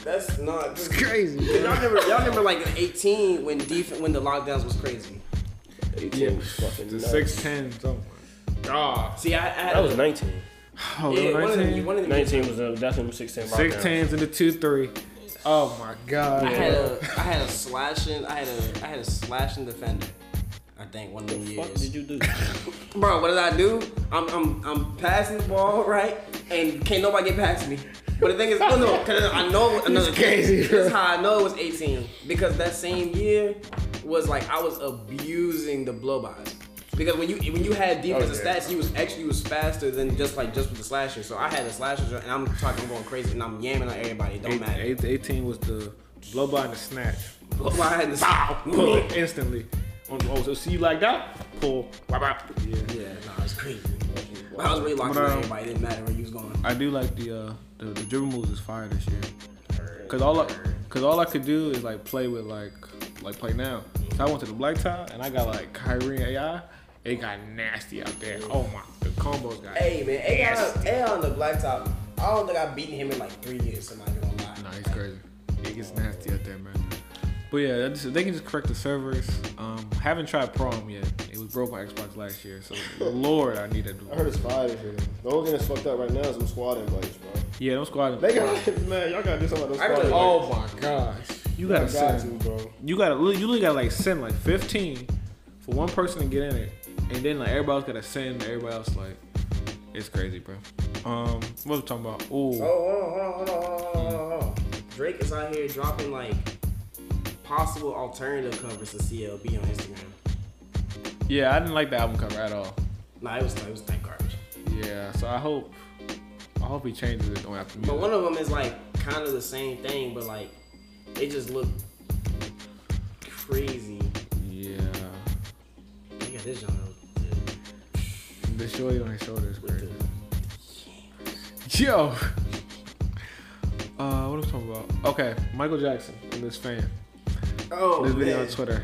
Speaker 3: That's not
Speaker 2: It's crazy.
Speaker 3: Cause y'all
Speaker 2: bro.
Speaker 3: remember, y'all remember like in 18 when def- when the lockdowns was crazy.
Speaker 4: 18 was fucking
Speaker 2: The
Speaker 4: nuts.
Speaker 2: six ten. Oh my god.
Speaker 3: See, I, I had
Speaker 4: That was 19.
Speaker 2: Oh,
Speaker 3: Ah. yeah, one of them,
Speaker 2: 19?
Speaker 3: one of them,
Speaker 4: 19 was uh, that's when 16. rocked
Speaker 2: Six
Speaker 4: out.
Speaker 2: tens and the two three. Oh my god.
Speaker 3: I had a I had a slashing I had a I had a slashing defender. I think one of them
Speaker 4: Fuck
Speaker 3: years.
Speaker 4: did you do?
Speaker 3: Bro, what did I do? I'm I'm I'm passing the ball right, and can't nobody get past me. But the thing is, oh, no, no, 'cause I know another
Speaker 2: crazy,
Speaker 3: This is how I know it was 18 because that same year was like I was abusing the blowbys. Because when you when you
Speaker 2: Oh,
Speaker 3: had defensive
Speaker 4: yeah.
Speaker 3: stats, you was actually you was faster than just like just with the slasher. So I had the slasher, and I'm talking, I'm going crazy, and I'm yamming on everybody. It don't
Speaker 2: Eight-
Speaker 3: matter.
Speaker 2: eight- 18 was the blow by and the snatch.
Speaker 3: Blow by and the
Speaker 2: Pull it instantly. On, oh, so see you like that? Pull. Wop, wop. Yeah.
Speaker 3: Yeah, nah, it's crazy. I was really locked
Speaker 2: But,
Speaker 3: in
Speaker 2: um,
Speaker 3: everybody. It didn't matter where you was going.
Speaker 2: I do like the uh the, the dribble moves is fire this year. Cause all I, cause all I could do is like play with like like play now. So I went to the black tie and I got like Kyrie and AI. It got nasty out there. Oh my, the combos got.
Speaker 3: Hey man, AI, AI on the blacktop I don't think I've beaten him in like three years. So I'm not gonna lie.
Speaker 2: Nah, he's crazy. It gets nasty out there, man. But yeah, that's, they can just correct the servers. Um, haven't tried Prom yet. It was broke by Xbox last year, so Lord, I need that.
Speaker 6: I heard it's fire this year. The whole thing that's fucked up right now is some squad invites, bro.
Speaker 2: Yeah, don't squad.
Speaker 6: They got man, y'all gotta do something about those
Speaker 3: I
Speaker 6: squad
Speaker 3: really-
Speaker 6: invites.
Speaker 2: Oh my gosh, you
Speaker 6: Y'all
Speaker 2: gotta
Speaker 6: got
Speaker 2: send.
Speaker 6: to, bro.
Speaker 2: You gotta you literally gotta like send like fifteen for one person to get in it, and then like everybody else gotta send. Everybody else like, it's crazy, bro. Um, what was we talking about? Ooh,
Speaker 5: Oh, hold on, hold on, hold on, hold on, hold on, hold on.
Speaker 3: Drake is out here dropping like possible alternative covers to CLB on Instagram.
Speaker 2: yeah, I didn't like the album cover at all.
Speaker 3: Nah, it was it was like garbage.
Speaker 2: Yeah, so I hope I hope he changes it on after
Speaker 3: But one of them is like kind of the same thing, but like it just looked crazy.
Speaker 2: Yeah,
Speaker 3: Look at this genre. dude.
Speaker 2: the shorty on his shoulder is crazy. Yo, uh, what am I talking about? Okay, Michael Jackson and this fan.
Speaker 3: Oh,
Speaker 2: This video
Speaker 3: man.
Speaker 2: on Twitter.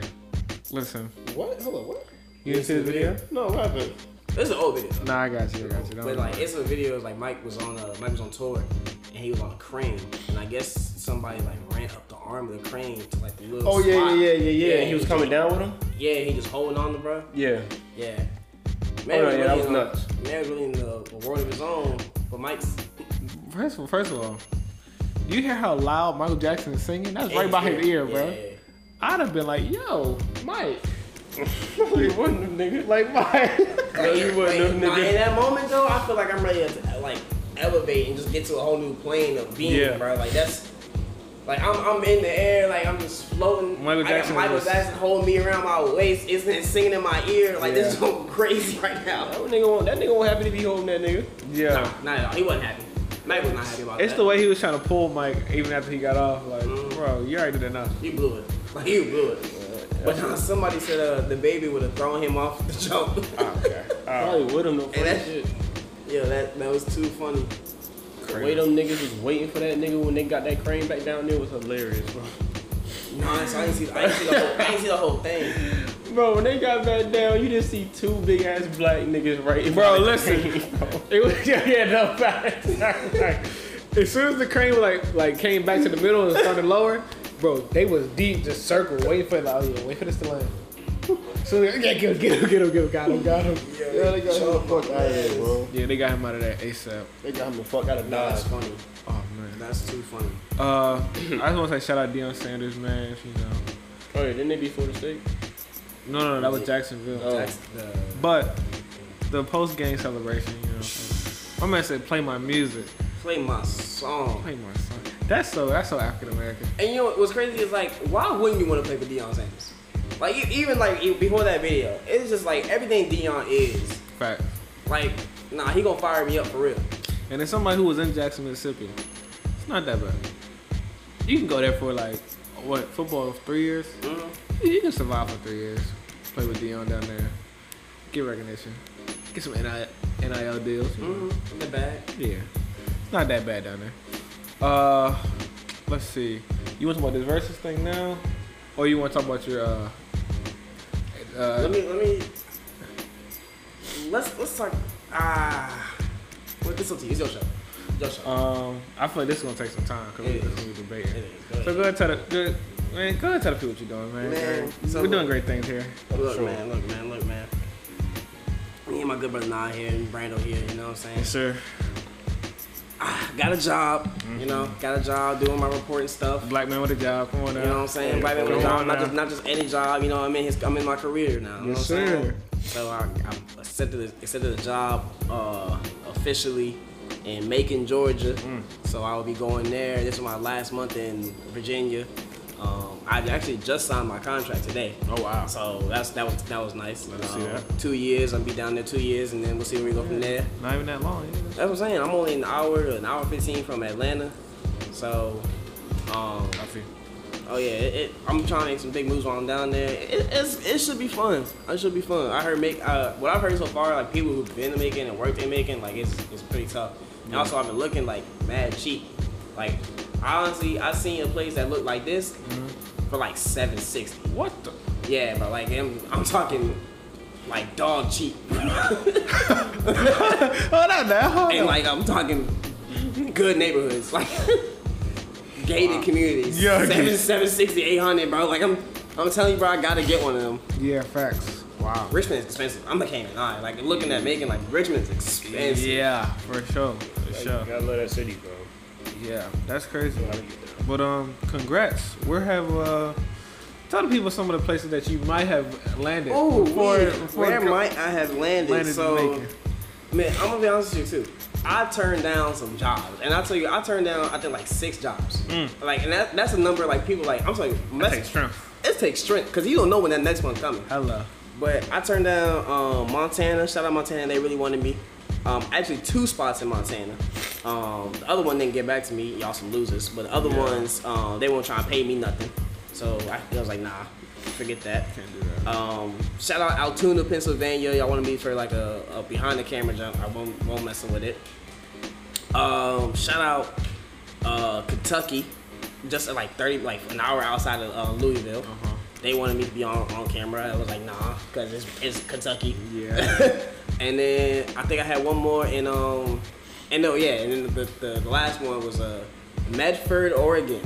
Speaker 2: Listen,
Speaker 6: What? Hold on, what?
Speaker 2: you didn't see this video?
Speaker 6: No, what happened?
Speaker 3: This is an old video.
Speaker 2: Nah, I got you. I got you. Don't
Speaker 3: But
Speaker 2: worry.
Speaker 3: like it's a video like Mike was on uh, Mike was on tour and he was on a crane and I guess somebody like ran up the arm of the crane to like the little
Speaker 4: Oh yeah,
Speaker 3: spot.
Speaker 4: yeah, yeah, yeah, yeah.
Speaker 3: Yeah,
Speaker 4: And he was coming down with him.
Speaker 3: Yeah, he just holding on to bro.
Speaker 4: Yeah.
Speaker 3: Yeah.
Speaker 4: Oh, yeah, that was
Speaker 3: in a-
Speaker 4: nuts.
Speaker 3: Man was really in a, a world of his own. But Mike's
Speaker 2: First, of- first of all, you hear how loud Michael Jackson is singing? That's right by his ear, bro.
Speaker 3: Yeah.
Speaker 2: I'd have been like, "Yo, Mike,
Speaker 4: you wouldn't, nigga. Like why? no, you wouldn't,
Speaker 3: Nah, in
Speaker 4: nigga.
Speaker 3: that moment though, I feel like I'm ready to like elevate and just get to a whole new plane of being,
Speaker 2: Yeah.
Speaker 3: bro. Like that's like I'm, I'm in the air, like I'm just floating.
Speaker 2: Michael
Speaker 3: I got
Speaker 2: Jackson
Speaker 3: Michael
Speaker 2: was-
Speaker 3: Jackson holding me around my waist, isn't it singing in my ear? Like this is going crazy right
Speaker 4: That
Speaker 3: now.
Speaker 4: nigga won't. That nigga won't happy to be holding that nigga.
Speaker 2: yeah."
Speaker 3: Not at all. He wasn't happy. Mike was not happy about
Speaker 2: It's
Speaker 3: that.
Speaker 2: the way he was trying to pull Mike even after he got off. Like,
Speaker 3: Mhm.
Speaker 2: bro, you already did enough.
Speaker 3: You blew it. Like you blew it. But uh, somebody said uh, the baby would have thrown him off the jump.
Speaker 4: Ah. Probably with him though.
Speaker 3: And that-
Speaker 4: shit.
Speaker 3: yeah, that that was too funny.
Speaker 4: The way them niggas was waiting for that nigga when they got that crane back down there was hilarious, bro.
Speaker 3: No, honestly, I didn't see. I didn't see the whole. I didn't see the whole thing.
Speaker 4: Bro, when they got back down, you just see two big ass black niggas right. in
Speaker 2: Bro,
Speaker 4: front of the
Speaker 2: listen.
Speaker 4: crane, bro. It was yeah, yeah, no facts. Like,
Speaker 2: As soon as the crane like like came back to the middle and started lower, bro, they was deep, just circle, waiting for it. Like, oh yeah, wait for this to land. So they yeah, get him, get him, get him, get him, got him, got him.
Speaker 6: Yeah, they got him the fuck out of there, bro.
Speaker 2: Yeah, they got him out of that ASAP.
Speaker 6: They got him the fuck out of
Speaker 3: Nah,
Speaker 6: Nas.
Speaker 3: that's funny.
Speaker 2: Oh man.
Speaker 3: That's too funny.
Speaker 2: Uh, I just want to say shout out Deion Sanders, man. If you know.
Speaker 4: oh yeah, didn't they be Florida State?
Speaker 2: No, no, no, that was Jacksonville.
Speaker 3: That's the
Speaker 2: But the post game celebration, you know, my man said, "Play my music,
Speaker 3: play my song.
Speaker 2: play my song." That's so that's so African American.
Speaker 3: And you know what- what's crazy is like, why wouldn't you want to play for Deion Sanders? Like e- even like e- before that video, it's just like everything Deion is.
Speaker 2: Fact.
Speaker 3: Like, nah, he gonna fire me up for real.
Speaker 2: And it's somebody who was in Jackson, Mississippi. It's not that bad. You can go there for like what football three years.
Speaker 3: Mhm.
Speaker 2: You can survive for three years. Play with Dion down there. Get recognition. Get some nil nil deals.
Speaker 3: Mm-hmm. In the bag.
Speaker 2: Yeah, it's not that bad down there. Uh, let's see. You want to talk about this versus thing now, or you want to talk about your uh?
Speaker 3: Let
Speaker 2: uh
Speaker 3: me let me. Let's let's talk. Ah, well, this up to you. It's your show. Your show.
Speaker 2: um, I feel like this is gonna take some time because
Speaker 3: It
Speaker 2: we're
Speaker 3: is.
Speaker 2: gonna be debating.
Speaker 3: It is. Go ahead.
Speaker 2: So go ahead, tell the good man. Go ahead, tell the people what you're doing, man.
Speaker 3: Man, so
Speaker 2: We're
Speaker 3: look-
Speaker 2: doing great things here.
Speaker 3: Look, man, look, man, look, man. Me and my good brother Nah here and Brando here, you know what I'm saying?
Speaker 2: sir.
Speaker 3: Got a job, you know, got a job doing my reporting stuff.
Speaker 2: Black man with a job. Come on now.
Speaker 3: You know what I'm saying? Black man with
Speaker 2: Come
Speaker 3: a job,
Speaker 2: on
Speaker 3: not
Speaker 2: now.
Speaker 3: just not just any job, you know, I'm in his I'm in my career now. You
Speaker 2: Yes,
Speaker 3: know what I'm
Speaker 2: sir.
Speaker 3: saying? So I, I'm accepted the, accepted the job uh, officially in Macon, Georgia.
Speaker 2: Mm.
Speaker 3: So I will be going there. This is my last month in Virginia. Um, I actually just signed my contract today.
Speaker 2: Oh wow.
Speaker 3: So that's that was that was nice. Um,
Speaker 2: Let us see that.
Speaker 3: Two years, I'll be down there two years, and then we'll see where we go from there.
Speaker 2: Not even that long.
Speaker 3: That's what I'm saying. I'm only an hour, an hour fifteen from Atlanta, so um,
Speaker 2: I feel.
Speaker 3: oh yeah, it, it, I'm trying to make some big moves while I'm down there. It, it's, it should be fun. It should be fun. I heard make uh, what I've heard so far, like people who've been to Macon and worked in Macon, like it's it's pretty tough. And also, I've been looking like mad cheap. Like honestly, I seen a place that looked like this for like seven sixty.
Speaker 2: Mm-hmm. What the?
Speaker 3: Yeah, but like I'm, I'm talking like dog cheap,
Speaker 2: Hold on now. Hold
Speaker 3: and
Speaker 2: on.
Speaker 3: like I'm talking good neighborhoods, like gated communities.
Speaker 2: Yeah,
Speaker 3: seven
Speaker 2: okay.
Speaker 3: seven sixty eight hundred, bro. Like I'm, I'm telling you, bro. I gotta get one of them.
Speaker 2: Yeah, facts.
Speaker 3: Wow, Richmond is expensive. I'm a Cayman eye. Like looking at Macon, like Richmond's expensive.
Speaker 2: Yeah, for sure. For sure.
Speaker 7: Gotta love that city, bro.
Speaker 2: Yeah, that's crazy.
Speaker 7: Gotta get there.
Speaker 2: But um, congrats. We have uh, tell the people some of the places that you might have landed.
Speaker 3: Oh,
Speaker 2: before-
Speaker 3: where,
Speaker 2: before
Speaker 3: where
Speaker 2: go-
Speaker 3: might I have landed?
Speaker 2: landed in
Speaker 3: so,
Speaker 2: Macon.
Speaker 3: man, I'm gonna be honest with you too. I turned down some jobs, and I tell you, I turned down I think like six jobs. Like, and that, that's a number like people like I'm telling you,
Speaker 2: Mm. That takes
Speaker 3: that's-
Speaker 2: strength.
Speaker 3: it takes strength because you don't know when that next one's coming.
Speaker 2: Hello.
Speaker 3: But I turned down um, Montana. Shout out Montana. They really wanted me. Um, actually, two spots in Montana. Um, the other one didn't get back to me. Y'all some losers. But the other ones, um, they won't try to pay me nothing. So I, I was like, nah, forget that. Can't do that. Um, shout out Altoona, Pennsylvania. Y'all want to meet for like a, a behind the camera jump. I won't, won't messing with it. Um, shout out uh, Kentucky, just at like 30, like an hour outside of uh, Louisville. They wanted me to be on, on camera. I was like, nah, because it's, it's Kentucky. Yeah. and then I think I had one more in, um, and no, yeah, and then the, the, the last one was uh, Medford, Oregon.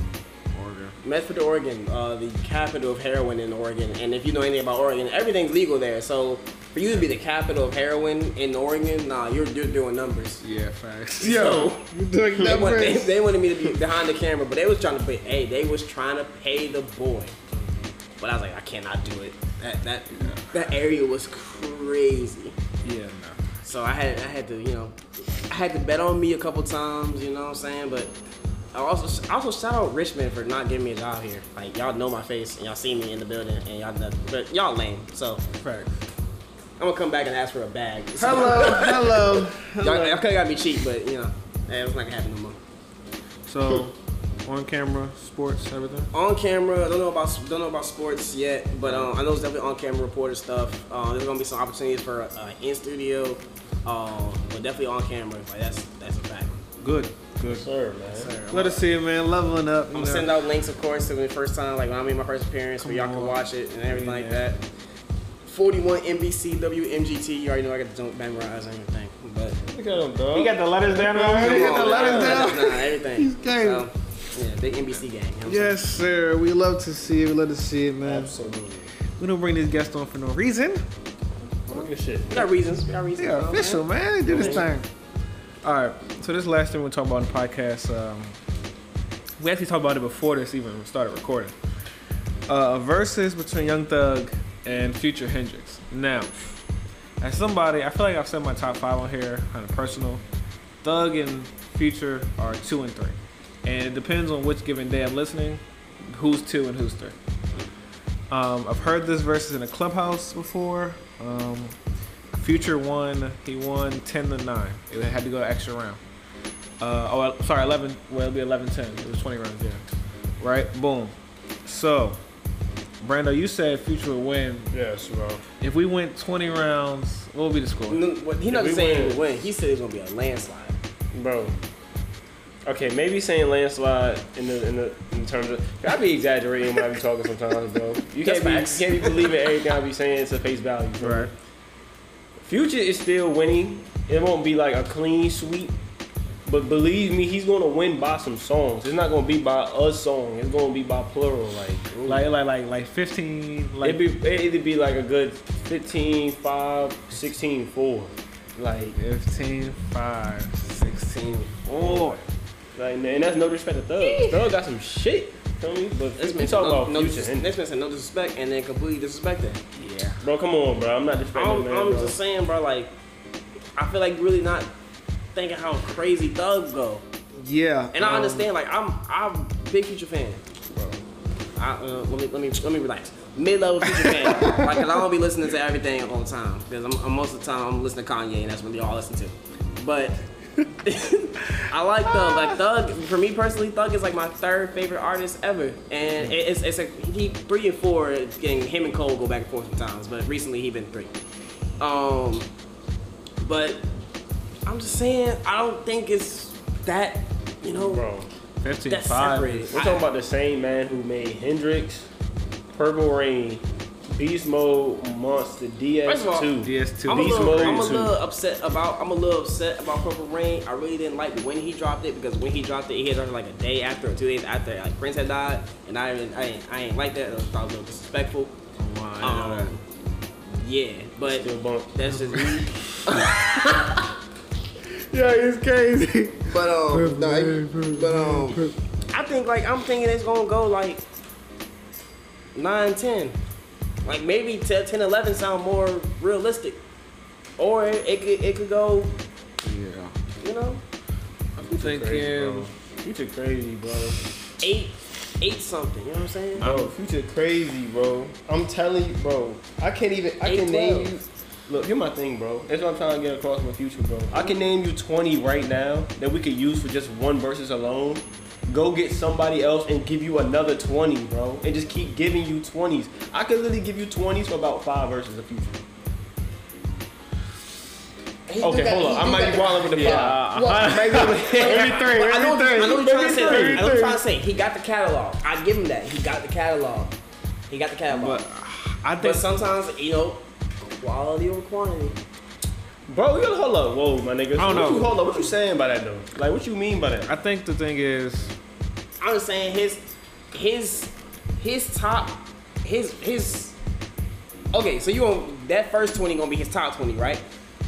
Speaker 2: Oregon.
Speaker 3: Medford, Oregon, uh, the capital of heroin in Oregon. And if you know anything about Oregon, everything's legal there. So for you to be the capital of heroin in Oregon, nah, you're, you're doing numbers.
Speaker 2: Yeah, facts.
Speaker 3: Yo,
Speaker 6: Like
Speaker 3: they,
Speaker 6: that
Speaker 3: want, they,
Speaker 6: prince.
Speaker 3: they wanted me to be behind the camera, but they was trying to pay. Hey, they was trying to pay the boy, but I was like, I cannot do it. That that that area was crazy.
Speaker 2: Yeah, no.
Speaker 3: So I had I had to you know I had to bet on me a couple times. You know what I'm saying? But I also I also shout out Richmond for not giving me a job here. Like y'all know my face and y'all see me in the building and y'all nothing. But y'all lame. So
Speaker 2: Facts.
Speaker 3: I'm gonna come back and ask for a bag. So,
Speaker 6: Hello, hello.
Speaker 3: y'all, y'all could have got me cheap, but you know hey, it's not gonna happen no more.
Speaker 2: So, on camera, sports, everything.
Speaker 3: on camera. I don't know about don't know about sports yet, but um, I know it's definitely on camera reporter stuff. Um, there's gonna be some opportunities for uh, in studio, um, but definitely on camera. Like that's that's a fact.
Speaker 2: Good, good.
Speaker 7: Sir, man.
Speaker 2: Let us see it, man. Leveling up.
Speaker 3: I'm gonna send out links, of course, to the first time, like when I made my first appearance, where y'all
Speaker 2: on.
Speaker 3: can watch it and everything like
Speaker 2: Yeah.
Speaker 3: that. 41 NBC WMGT. You already know I got to don't memorize everything, but
Speaker 6: Look at him, dog.
Speaker 4: You got the letters down already?
Speaker 6: Look at the letters down.
Speaker 3: nah, everything.
Speaker 6: He's gang.
Speaker 3: So, yeah, big NBC gang. You know what I'm saying?
Speaker 2: Yes, sir. We love to see it. We love to see it, man.
Speaker 7: Absolutely.
Speaker 2: We don't bring these guests on for no reason.
Speaker 7: Look at shit.
Speaker 3: We got reasons. We got reasons.
Speaker 2: They
Speaker 3: you
Speaker 2: are
Speaker 3: know what I'm saying?
Speaker 2: official, man. They do this thing. All right. So this last thing we talk about in the podcast, um, we actually talked about it before this even started recording. Uh, a versus between Young Thug and Future Hendrix. Now, as somebody, I feel like I've said my top five on here on a personal. Thug and Future are two and three, and it depends on which given day I'm listening, who's two and who's three. Um, I've heard this versus in a clubhouse before. Um, Future won. He won ten to nine. It had to go extra round. Uh, oh, I- sorry, eleven. Well, it'll be 11-10. It was twenty rounds. Yeah. Right. Boom. So, Brando, you said Future would win.
Speaker 7: Yes, bro.
Speaker 2: If we went twenty rounds, what would be the score?
Speaker 3: No, what- He not
Speaker 7: we win.
Speaker 3: saying he would win. He said it's gonna be a landslide.
Speaker 4: Bro. Okay, maybe saying landslide in the in the in terms of I be exaggerating when I be talking sometimes, bro. You
Speaker 3: That's
Speaker 4: can't be
Speaker 3: facts.
Speaker 4: you can't be believing everything I be saying to face value, bro.
Speaker 2: Right.
Speaker 4: Future is still winning. It won't be like a clean sweep. But believe me, he's gonna win by some songs. It's not gonna be by a song. It's gonna be by plural. Like,
Speaker 2: Like, like, like, like fifteen. Like,
Speaker 4: it'd be it'd be like a good 15, 5, 16, 4. Like
Speaker 2: 15, 5, 16.
Speaker 4: Oh, like and that's no disrespect to Thug. Thug got some shit, feel me? But
Speaker 3: This
Speaker 4: we
Speaker 3: man
Speaker 4: talk
Speaker 3: no,
Speaker 4: about
Speaker 3: no,
Speaker 4: future,
Speaker 3: dis-
Speaker 4: and-
Speaker 3: this man said no disrespect and then completely disrespected.
Speaker 2: Yeah.
Speaker 4: bro. Come on, bro. I'm not
Speaker 3: I'm,
Speaker 4: disrespecting that
Speaker 3: I'm
Speaker 4: man, bro.
Speaker 3: just saying, bro. Like, I feel like really not thinking how crazy thugs go.
Speaker 2: Yeah.
Speaker 3: And I
Speaker 2: um,
Speaker 3: understand. Like, I'm I'm a big future fan. I, uh, let me let me let me relax. Mid level future fan. like, 'cause I don't be listening to everything all the time. Because I'm, I'm- most of the time I'm listening to Kanye, and that's really all I listen to. But I like Thug. Like Thug, for me personally, Thug is like my third favorite artist ever, and it- it's it's a he three and four. it's Getting him and Cole go back and forth sometimes, but recently he been three. Um, but I'm just saying, I don't think it's that you know
Speaker 4: bro.
Speaker 2: 15,
Speaker 3: that's
Speaker 2: 5.
Speaker 3: separated.
Speaker 4: We're
Speaker 3: I-
Speaker 4: talking about the same man who made Hendrix, Purple Rain, Beast Mode monster
Speaker 3: First of all,
Speaker 4: DS2.
Speaker 2: DS2.
Speaker 3: I'm a,
Speaker 4: Beast
Speaker 3: little,
Speaker 4: Mode
Speaker 3: I'm a
Speaker 4: 2.
Speaker 3: little upset about I'm a little upset about Purple Rain. I really didn't like when he dropped it because when he dropped it, he had dropped it like a day after or two days after like Prince had died, and I didn't I ain't, I ain't like that. I thought it was a little disrespectful. Um, yeah, but
Speaker 4: Still bump.
Speaker 3: that's just me.
Speaker 2: Yeah, it's crazy.
Speaker 5: But um, no, it- but um,
Speaker 3: I think like I'm thinking it's gonna go like 9, 10. Like maybe 10, 10 11 sound more realistic. Or it, it could it could go,
Speaker 2: Yeah.
Speaker 3: you know,
Speaker 2: I'm thinking.
Speaker 4: Future crazy, bro.
Speaker 3: eight eight something, you know what I'm saying?
Speaker 6: Bro, future crazy, bro. I'm telling you, bro. I can't even. I can
Speaker 3: 8-12.
Speaker 6: name you.
Speaker 4: Look, here's my thing, bro. That's what I'm trying to get across my future, bro. I can name you 20 right now that we could use for just one versus alone. Go get somebody else and give you another 20, bro. And just keep giving you 20s. I could literally give you 20s for about five verses of future.
Speaker 5: he do
Speaker 4: Okay,
Speaker 5: got-
Speaker 4: hold
Speaker 5: he
Speaker 4: on. I
Speaker 5: do
Speaker 4: might
Speaker 5: got
Speaker 4: be
Speaker 5: the-
Speaker 4: wilding with the five.
Speaker 5: Well,
Speaker 4: Everything,
Speaker 3: I know, I know what you're trying to say. though. I know what you're trying to say. He got the catalog. I give him that. He got the catalog. He got the
Speaker 2: But
Speaker 3: catalog. But,
Speaker 2: I think
Speaker 3: sometimes, you know, quality over quantity.
Speaker 4: Bro, you hold up. Whoa, my nigga.
Speaker 2: I don't
Speaker 4: what
Speaker 2: know.
Speaker 4: You, hold up. What you saying by that, though? Like, what you mean by that?
Speaker 2: I think the thing is,
Speaker 3: I'm just saying his his his top his his Okay, so you on that first 20 gonna be his top 20, right?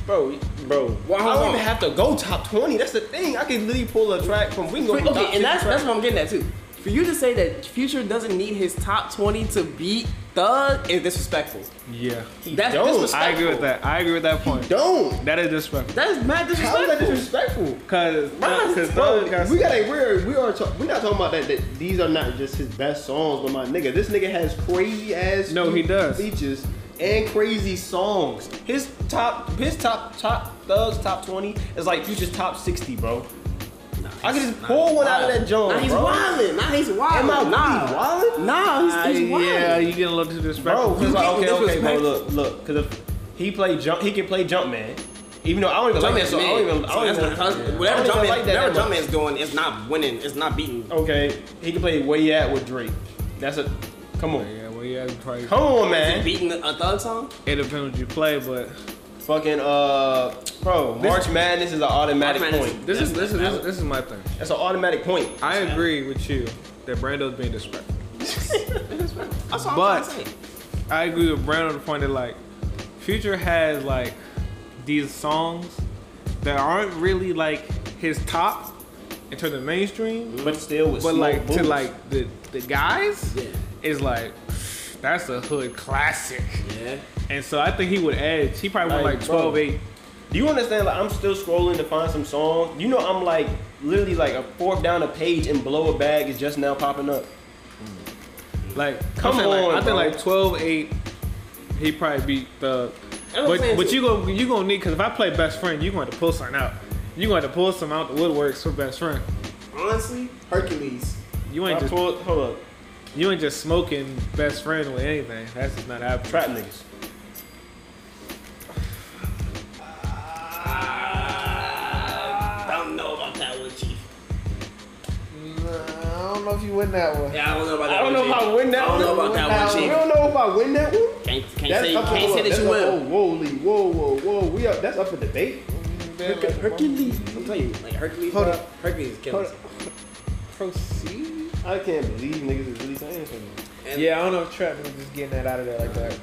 Speaker 4: Bro, bro.
Speaker 3: Well,
Speaker 4: I
Speaker 3: hold
Speaker 4: don't
Speaker 3: on.
Speaker 4: even have to go top 20. That's the thing. I can literally pull a track from. We can go from top
Speaker 3: Okay,
Speaker 4: 50
Speaker 3: and that's
Speaker 4: tracks.
Speaker 3: that's what I'm getting at too. For you to say that Future doesn't need his top 20 to beat Thug is disrespectful.
Speaker 2: yeah,
Speaker 3: That's
Speaker 4: don't. I
Speaker 3: disrespectful.
Speaker 2: I agree with that. I agree with that point.
Speaker 6: Don't.
Speaker 2: That is disrespectful.
Speaker 3: That is mad
Speaker 6: How is that
Speaker 3: disrespectful.
Speaker 6: disrespectful?
Speaker 2: Cause,
Speaker 3: Bro,
Speaker 2: cause
Speaker 6: Bro,
Speaker 2: Thug got
Speaker 6: we gotta. We're we are. Talk, we're not talking about that, that. These are not just his best songs, but my nigga, this nigga has crazy ass.
Speaker 2: No, he does.
Speaker 6: Speeches and crazy songs.
Speaker 4: His top, his top, top thugs top twenty is like you just top sixty, bro. I can just pull one out of that joint,
Speaker 3: Nah, he's
Speaker 4: bro.
Speaker 3: wildin'. Nah, he's
Speaker 4: Am I
Speaker 3: wildin'.
Speaker 4: really
Speaker 3: Nah,
Speaker 4: wildin'?
Speaker 3: nah, he's, he's
Speaker 2: Uh,
Speaker 3: wildin'.
Speaker 2: yeah, you getting a little disrespectful.
Speaker 4: bro? Cause like,
Speaker 3: getting
Speaker 4: okay, okay, bro,
Speaker 3: disrespectful.
Speaker 4: look, look, cause if he play jump, he can play Jumpman. Even though I don't even like that song, I don't even, I
Speaker 3: So
Speaker 4: don't
Speaker 3: that's
Speaker 4: even,
Speaker 3: not- that's-
Speaker 4: I don't
Speaker 3: Whatever
Speaker 4: even
Speaker 3: Jumpman,
Speaker 4: like that
Speaker 3: whatever
Speaker 4: that much.
Speaker 3: Jumpman's doing, it's not winning. It's not beating.
Speaker 4: Okay, he can play Way At with Drake. That's a, come on,
Speaker 2: Yeah, well, yeah, probably.
Speaker 4: come on,
Speaker 3: Is it
Speaker 4: man.
Speaker 3: beating a thug song?
Speaker 2: It depends what you play, but
Speaker 4: Fucking uh, bro, March Madness Mm-hmm. is an automatic
Speaker 3: March Madness-
Speaker 4: point.
Speaker 2: this is this is this,
Speaker 3: valid.
Speaker 2: is- this is my thing.
Speaker 4: That's an automatic point.
Speaker 2: I agree with you that Brando's being disrespectful.
Speaker 3: That's all
Speaker 2: But-
Speaker 3: I'm trying to say.
Speaker 2: I agree with Brandon on the point that like Future has like these songs that aren't really like his top in terms of mainstream,
Speaker 4: But still, with
Speaker 2: but
Speaker 4: Smoke
Speaker 2: like to
Speaker 4: Boots.
Speaker 2: like the the guys is like that's a hood classic.
Speaker 3: Yeah.
Speaker 2: And so I think he would edge. He probably went
Speaker 4: Like,
Speaker 2: like
Speaker 4: bro.
Speaker 2: 12 8.
Speaker 4: Do you understand? Like, I'm still scrolling to find some song. You know, I'm like literally like a fourth down a page and blow a bag is just now popping up.
Speaker 2: Like
Speaker 4: Come
Speaker 2: I'm saying, like,
Speaker 4: on,
Speaker 2: I think
Speaker 4: bro.
Speaker 2: like 12 8 he probably beat the
Speaker 3: what I'm
Speaker 2: but,
Speaker 3: saying,
Speaker 2: but
Speaker 3: too.
Speaker 2: you gonna you gonna need cause if I play best friend, you're gonna have to pull something out. You're gonna have to pull some out the woodworks for best friend.
Speaker 5: honestly, Hercules.
Speaker 2: You
Speaker 4: I
Speaker 2: ain't just
Speaker 4: pulled- hold up,
Speaker 2: You ain't just smoking best friend with anything. That's just not happening.
Speaker 4: trap niggas.
Speaker 3: I don't know about that one, Chief.
Speaker 6: I don't know if you win that one.
Speaker 3: Yeah, I don't know about that
Speaker 4: I
Speaker 3: one.
Speaker 4: don't know
Speaker 3: Chief.
Speaker 4: if I win that
Speaker 3: I don't
Speaker 4: one.
Speaker 3: know about that one,
Speaker 6: We
Speaker 3: Chief.
Speaker 6: don't know if I win that one.
Speaker 3: Can't, can't
Speaker 6: That's
Speaker 3: say,
Speaker 6: up-
Speaker 3: can't
Speaker 6: hold
Speaker 3: say
Speaker 6: up,
Speaker 3: that
Speaker 6: that's
Speaker 3: you
Speaker 6: up-
Speaker 3: will.
Speaker 6: Oh, whoa, Lee, whoa, whoa, whoa. We up. That's up for debate.
Speaker 3: Herc- Hercules. I'm telling you, like Hercules.
Speaker 6: Hold
Speaker 3: bro,
Speaker 6: up.
Speaker 3: Hercules
Speaker 6: Hold
Speaker 3: kills.
Speaker 6: up. I can't believe niggas is really saying something.
Speaker 2: Yeah, I don't know if Trap was just getting that out of there like that.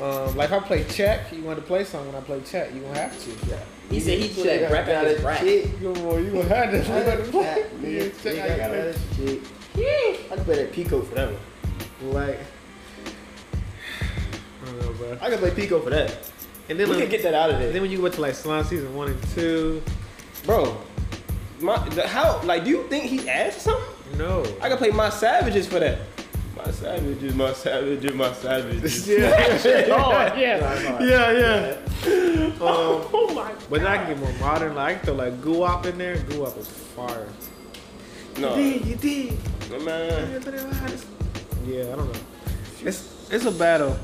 Speaker 2: Um, like if I play check, you want to play something. When I play check, you gonna have to. Yeah.
Speaker 3: He said he put
Speaker 6: Check,
Speaker 3: that
Speaker 6: I
Speaker 3: rap out
Speaker 6: got
Speaker 3: his
Speaker 6: it.
Speaker 3: rack.
Speaker 6: Shit.
Speaker 2: You gonna you gonna have
Speaker 6: I got
Speaker 2: to.
Speaker 6: a cat, nigga. Check, I got that shit. I could play that Pico for that one.
Speaker 2: like. I don't know, bro.
Speaker 6: I could play Pico for that.
Speaker 2: And
Speaker 6: We
Speaker 2: then,
Speaker 6: could
Speaker 2: like,
Speaker 6: get that out of there.
Speaker 2: then when you went to like Salon season one and two,
Speaker 4: Bro, my the, how like do you think he asked something?
Speaker 2: no.
Speaker 4: I can play my savages for that. My savages, my savages, my savages.
Speaker 2: yeah,
Speaker 4: Hard.
Speaker 2: yeah, yeah. Um, But then I can get more modern. Like I can throw like Goo Wop in there. Goo Wop is fire.
Speaker 4: No,
Speaker 2: you did.
Speaker 4: man.
Speaker 2: Yeah, I don't know. It's it's a battle,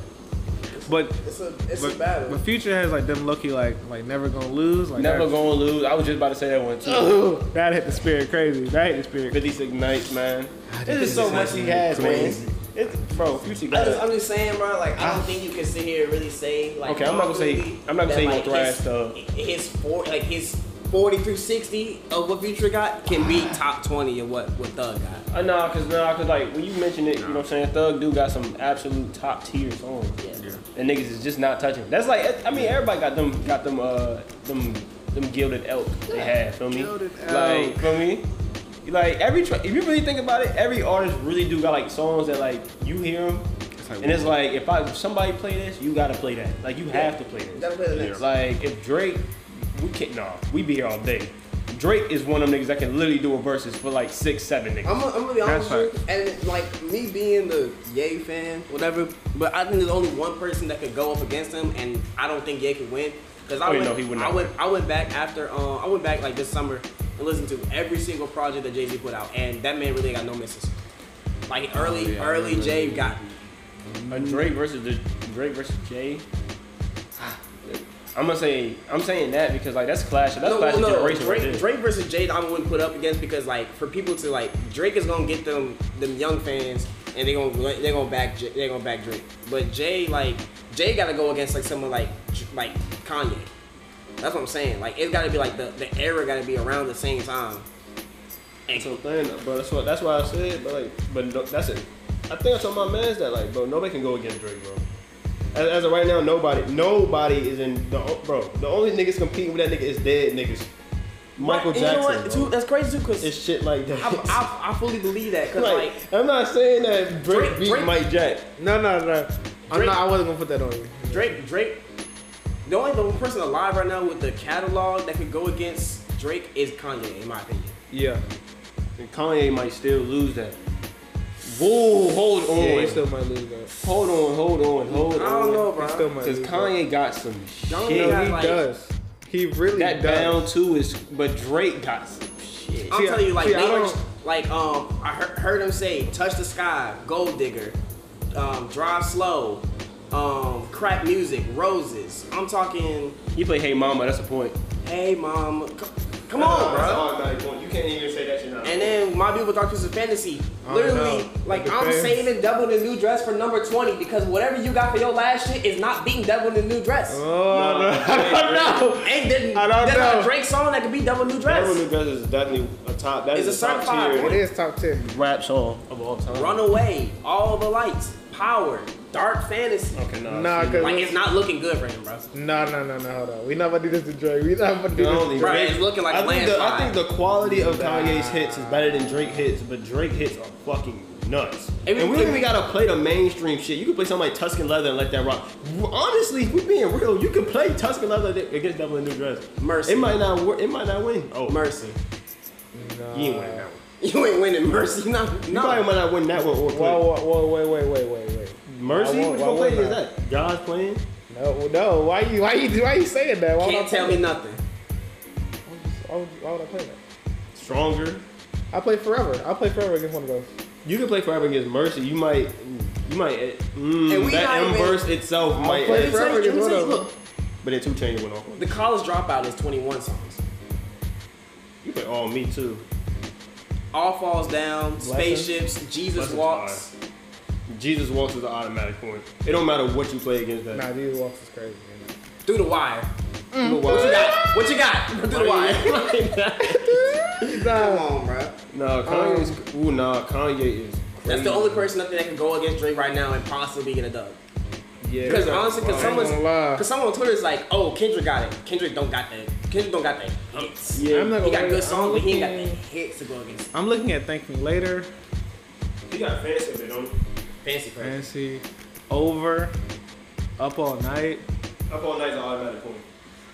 Speaker 2: but
Speaker 5: It's a it's
Speaker 2: but,
Speaker 5: a battle.
Speaker 2: but Future has like them lucky like like never gonna lose. Like
Speaker 4: Never
Speaker 2: that,
Speaker 4: gonna lose. I was just about to say that one too.
Speaker 2: that hit the spirit crazy. That hit the spirit.
Speaker 4: 56 nights, man. There's
Speaker 2: think
Speaker 4: just so much he has, man.
Speaker 8: It's, bro, Future
Speaker 3: I
Speaker 8: got
Speaker 3: just,
Speaker 8: it.
Speaker 3: I'm just saying, bro. Like, I don't think you can sit here and really say, like,
Speaker 8: Okay, I'm not gonna say-
Speaker 3: concretely
Speaker 8: I'm not gonna say he
Speaker 3: that,
Speaker 8: gonna thrash,
Speaker 3: his, his four, like his forty through sixty of what Future got can be top twenty of what what Thug got.
Speaker 8: Uh, nah, cause nah, cause like when you mention it, you know what I'm saying. Thug do got some absolute top tier songs,
Speaker 3: Yeah.
Speaker 8: and niggas is just not touching. That's like, I mean, everybody got them, got them, uh, them, them gilded elk they have. Feel me?
Speaker 4: Gilded
Speaker 8: Like, feel me? Like every, tra- if you really think about it, every artist really do got like songs that like you hear them,
Speaker 2: like,
Speaker 8: and it's like if I if somebody play this, you gotta play that. Like you have to play this.
Speaker 3: Gotta play the next.
Speaker 8: Like if Drake, we can't. Nah, we be here all day. Drake is one of them niggas that can literally do a verses for like six, seven niggas.
Speaker 3: I'm gonna, I'm gonna be honest
Speaker 2: That's
Speaker 3: with you, and like me being the Ye fan, whatever. But I think there's only one person that could go up against him, and I don't think Ye could win. Because I
Speaker 8: Oh, yeah,
Speaker 3: went,
Speaker 8: no, he would
Speaker 3: I
Speaker 8: not
Speaker 3: went, I went back after, um, I went back like this summer and listened to every single project that Jay Z put out, and that man really got no misses. Like early,
Speaker 2: yeah, I
Speaker 3: early
Speaker 2: remember
Speaker 3: Jay got
Speaker 8: A Drake versus the Drake versus Jay. I'm gonna say I'm saying that because like that's clash. That's clash of generation
Speaker 3: Drake,
Speaker 8: right there.
Speaker 3: Drake versus Jade, I wouldn't put up against because like for people to like Drake is gonna get them them young fans and they gonna they gonna back J- they gonna back Drake. But Jay like Jay gotta go against like someone like J- like Kanye. That's what I'm saying. Like it's gotta be like the the era gotta be around the same time. And
Speaker 4: That's what I'm saying, bro. That's what that's why I said, but like, but no, that's it. I think I told my man's that, like, bro, nobody can go against Drake, bro. As, as of right now, nobody, nobody is in the o- bro. The only niggas competing with that nigga is dead niggas. Michael
Speaker 3: And
Speaker 4: Jackson.
Speaker 3: You know what?
Speaker 4: bro.
Speaker 3: Too- that's crazy too because
Speaker 4: It's shit like that.
Speaker 3: I, I, I fully believe that because like
Speaker 4: like, I'm not saying that Drake,
Speaker 3: Drake-
Speaker 4: beat
Speaker 3: Drake-
Speaker 4: Mike Jack.
Speaker 1: No, no, no. I'm
Speaker 3: Drake-
Speaker 1: not, I wasn't gonna put that on you.
Speaker 3: Drake, Drake. The only the person alive right now with the catalog that could go against Drake is Kanye, in my opinion.
Speaker 1: Yeah.
Speaker 8: And Kanye might still lose that. Whoa, hold on,
Speaker 1: Yeah, you still might lose that.
Speaker 8: hold on, hold on, hold
Speaker 3: I don't
Speaker 8: on.
Speaker 3: know, bro.
Speaker 1: You still might
Speaker 8: Because
Speaker 1: lose that.
Speaker 8: Kanye got some
Speaker 3: Y'all
Speaker 8: shit.
Speaker 3: know
Speaker 1: He
Speaker 3: like-
Speaker 1: does. He really
Speaker 8: that
Speaker 1: does.
Speaker 8: down too is, but Drake got some shit.
Speaker 3: I'll
Speaker 1: See,
Speaker 3: tell you, like,
Speaker 1: see, I
Speaker 3: they were,
Speaker 1: don't-
Speaker 3: like, um, I heard, heard him say, "Touch the Sky," "Gold Digger," um, "Drive Slow," um, "Crack Music," "Roses." I'm talking,
Speaker 8: He played Hey Mama. That's a point.
Speaker 3: hey, mom, c- come on,
Speaker 1: Uh-huh.
Speaker 4: That's
Speaker 3: bro.
Speaker 4: all that you want. You can't even say that you're not.
Speaker 3: And then my people thought this was fantasy.
Speaker 1: I
Speaker 3: Literally,
Speaker 1: know.
Speaker 3: like
Speaker 1: It
Speaker 3: I'm
Speaker 1: depends.
Speaker 3: saving double the new dress for number twenty because whatever you got for your last shit is not beating double the new dress.
Speaker 1: Oh, no.
Speaker 3: Ain't there,
Speaker 1: I don't
Speaker 3: there's not
Speaker 1: know.
Speaker 3: a Drake song that could be double new dress.
Speaker 4: Everyone Dress is definitely a top. That
Speaker 3: It's
Speaker 4: is
Speaker 3: a
Speaker 4: top
Speaker 3: certified
Speaker 4: tier
Speaker 1: It is top 10.
Speaker 4: rap song of all time.
Speaker 3: Runaway, all the lights, power, dark fantasy.
Speaker 8: Okay, nah.
Speaker 1: Nah, cause
Speaker 3: Like it's not looking good for him, bro.
Speaker 1: nah, nah, nah, nah. Hold on, we not about to do this to Drake. We not about to do
Speaker 4: No,
Speaker 1: this. To
Speaker 4: they-
Speaker 1: Drake.
Speaker 3: Bro, it's looking like a
Speaker 4: I think, the, I
Speaker 3: landslide.
Speaker 4: think the quality of Kanye's hits is better than Drake hits, but Drake hits are fucking nuts.
Speaker 3: And
Speaker 4: And
Speaker 3: we-
Speaker 4: we, don't even gotta play the mainstream shit. You can play something like Tuscan Leather and let that rock. Honestly, if we being real, you can play Tuscan Leather against Devil in New Dress.
Speaker 3: Mercy.
Speaker 4: It might not. wor- It might not win. Oh,
Speaker 3: Mercy.
Speaker 4: you ain't winning that one.
Speaker 3: You ain't winning Mercy. No,
Speaker 4: You probably
Speaker 3: no.
Speaker 4: might not win that one. Or play.
Speaker 1: Whoa, whoa, whoa, wait, wait, wait, wait, wait.
Speaker 4: Mercy,
Speaker 1: why-
Speaker 4: which
Speaker 1: why
Speaker 4: one play
Speaker 1: wouldn't
Speaker 4: is
Speaker 1: I?
Speaker 4: that? God's playing.
Speaker 1: No, no. Why you, why you, why you saying that? Why would
Speaker 3: Can't
Speaker 1: I
Speaker 3: tell me
Speaker 1: play
Speaker 3: nothing.
Speaker 1: that? Why would you- Why would, you- why would I play that?
Speaker 4: Stronger.
Speaker 1: I play forever. I play forever against one of those.
Speaker 4: You can play forever against Mercy. You might. You might.
Speaker 3: And
Speaker 4: Mm,
Speaker 3: we
Speaker 4: that
Speaker 3: not
Speaker 4: M
Speaker 3: even-
Speaker 4: verse itself might.
Speaker 1: play
Speaker 4: end.
Speaker 1: forever
Speaker 4: Let me tell you-
Speaker 1: against
Speaker 4: let me tell
Speaker 1: one
Speaker 4: you,
Speaker 1: of
Speaker 4: look. But then two chains went off.
Speaker 3: The college dropout is 21 songs.
Speaker 4: You play all me too.
Speaker 3: All falls down, spaceships, Jesus
Speaker 4: Blessings
Speaker 3: walks.
Speaker 4: Jesus walks is an automatic point. It don't matter what you play against that.
Speaker 1: Nah, these walks is crazy. Man.
Speaker 3: Through the wire.
Speaker 4: You know why?
Speaker 3: What you got? Through the wire. Come on, bro.
Speaker 4: nah, Kanye's. ooh, nah, Kanye is. Crazy.
Speaker 3: That's the only person I think that can go against Drake right now and possibly get a dub.
Speaker 1: Yeah.
Speaker 3: Because honestly, because
Speaker 1: I ain't
Speaker 3: someone's,
Speaker 1: gonna
Speaker 2: Uh,
Speaker 1: lie.
Speaker 3: because someone on Twitter is like, "Oh, Kendrick got it. Kendrick don't got that. Kendrick don't got that hits.
Speaker 1: Yeah, I'm not
Speaker 3: he
Speaker 1: gonna
Speaker 3: got
Speaker 1: lie.
Speaker 3: good songs, but he ain't got
Speaker 1: I'm
Speaker 3: the
Speaker 1: looking-
Speaker 3: hits to go against
Speaker 2: I'm looking at Thank Me Later,
Speaker 4: He got fancy of it, don't he?
Speaker 3: Fancy Crazy."
Speaker 2: Fancy, Over, Up All Night,
Speaker 4: Up all night's an automatic point.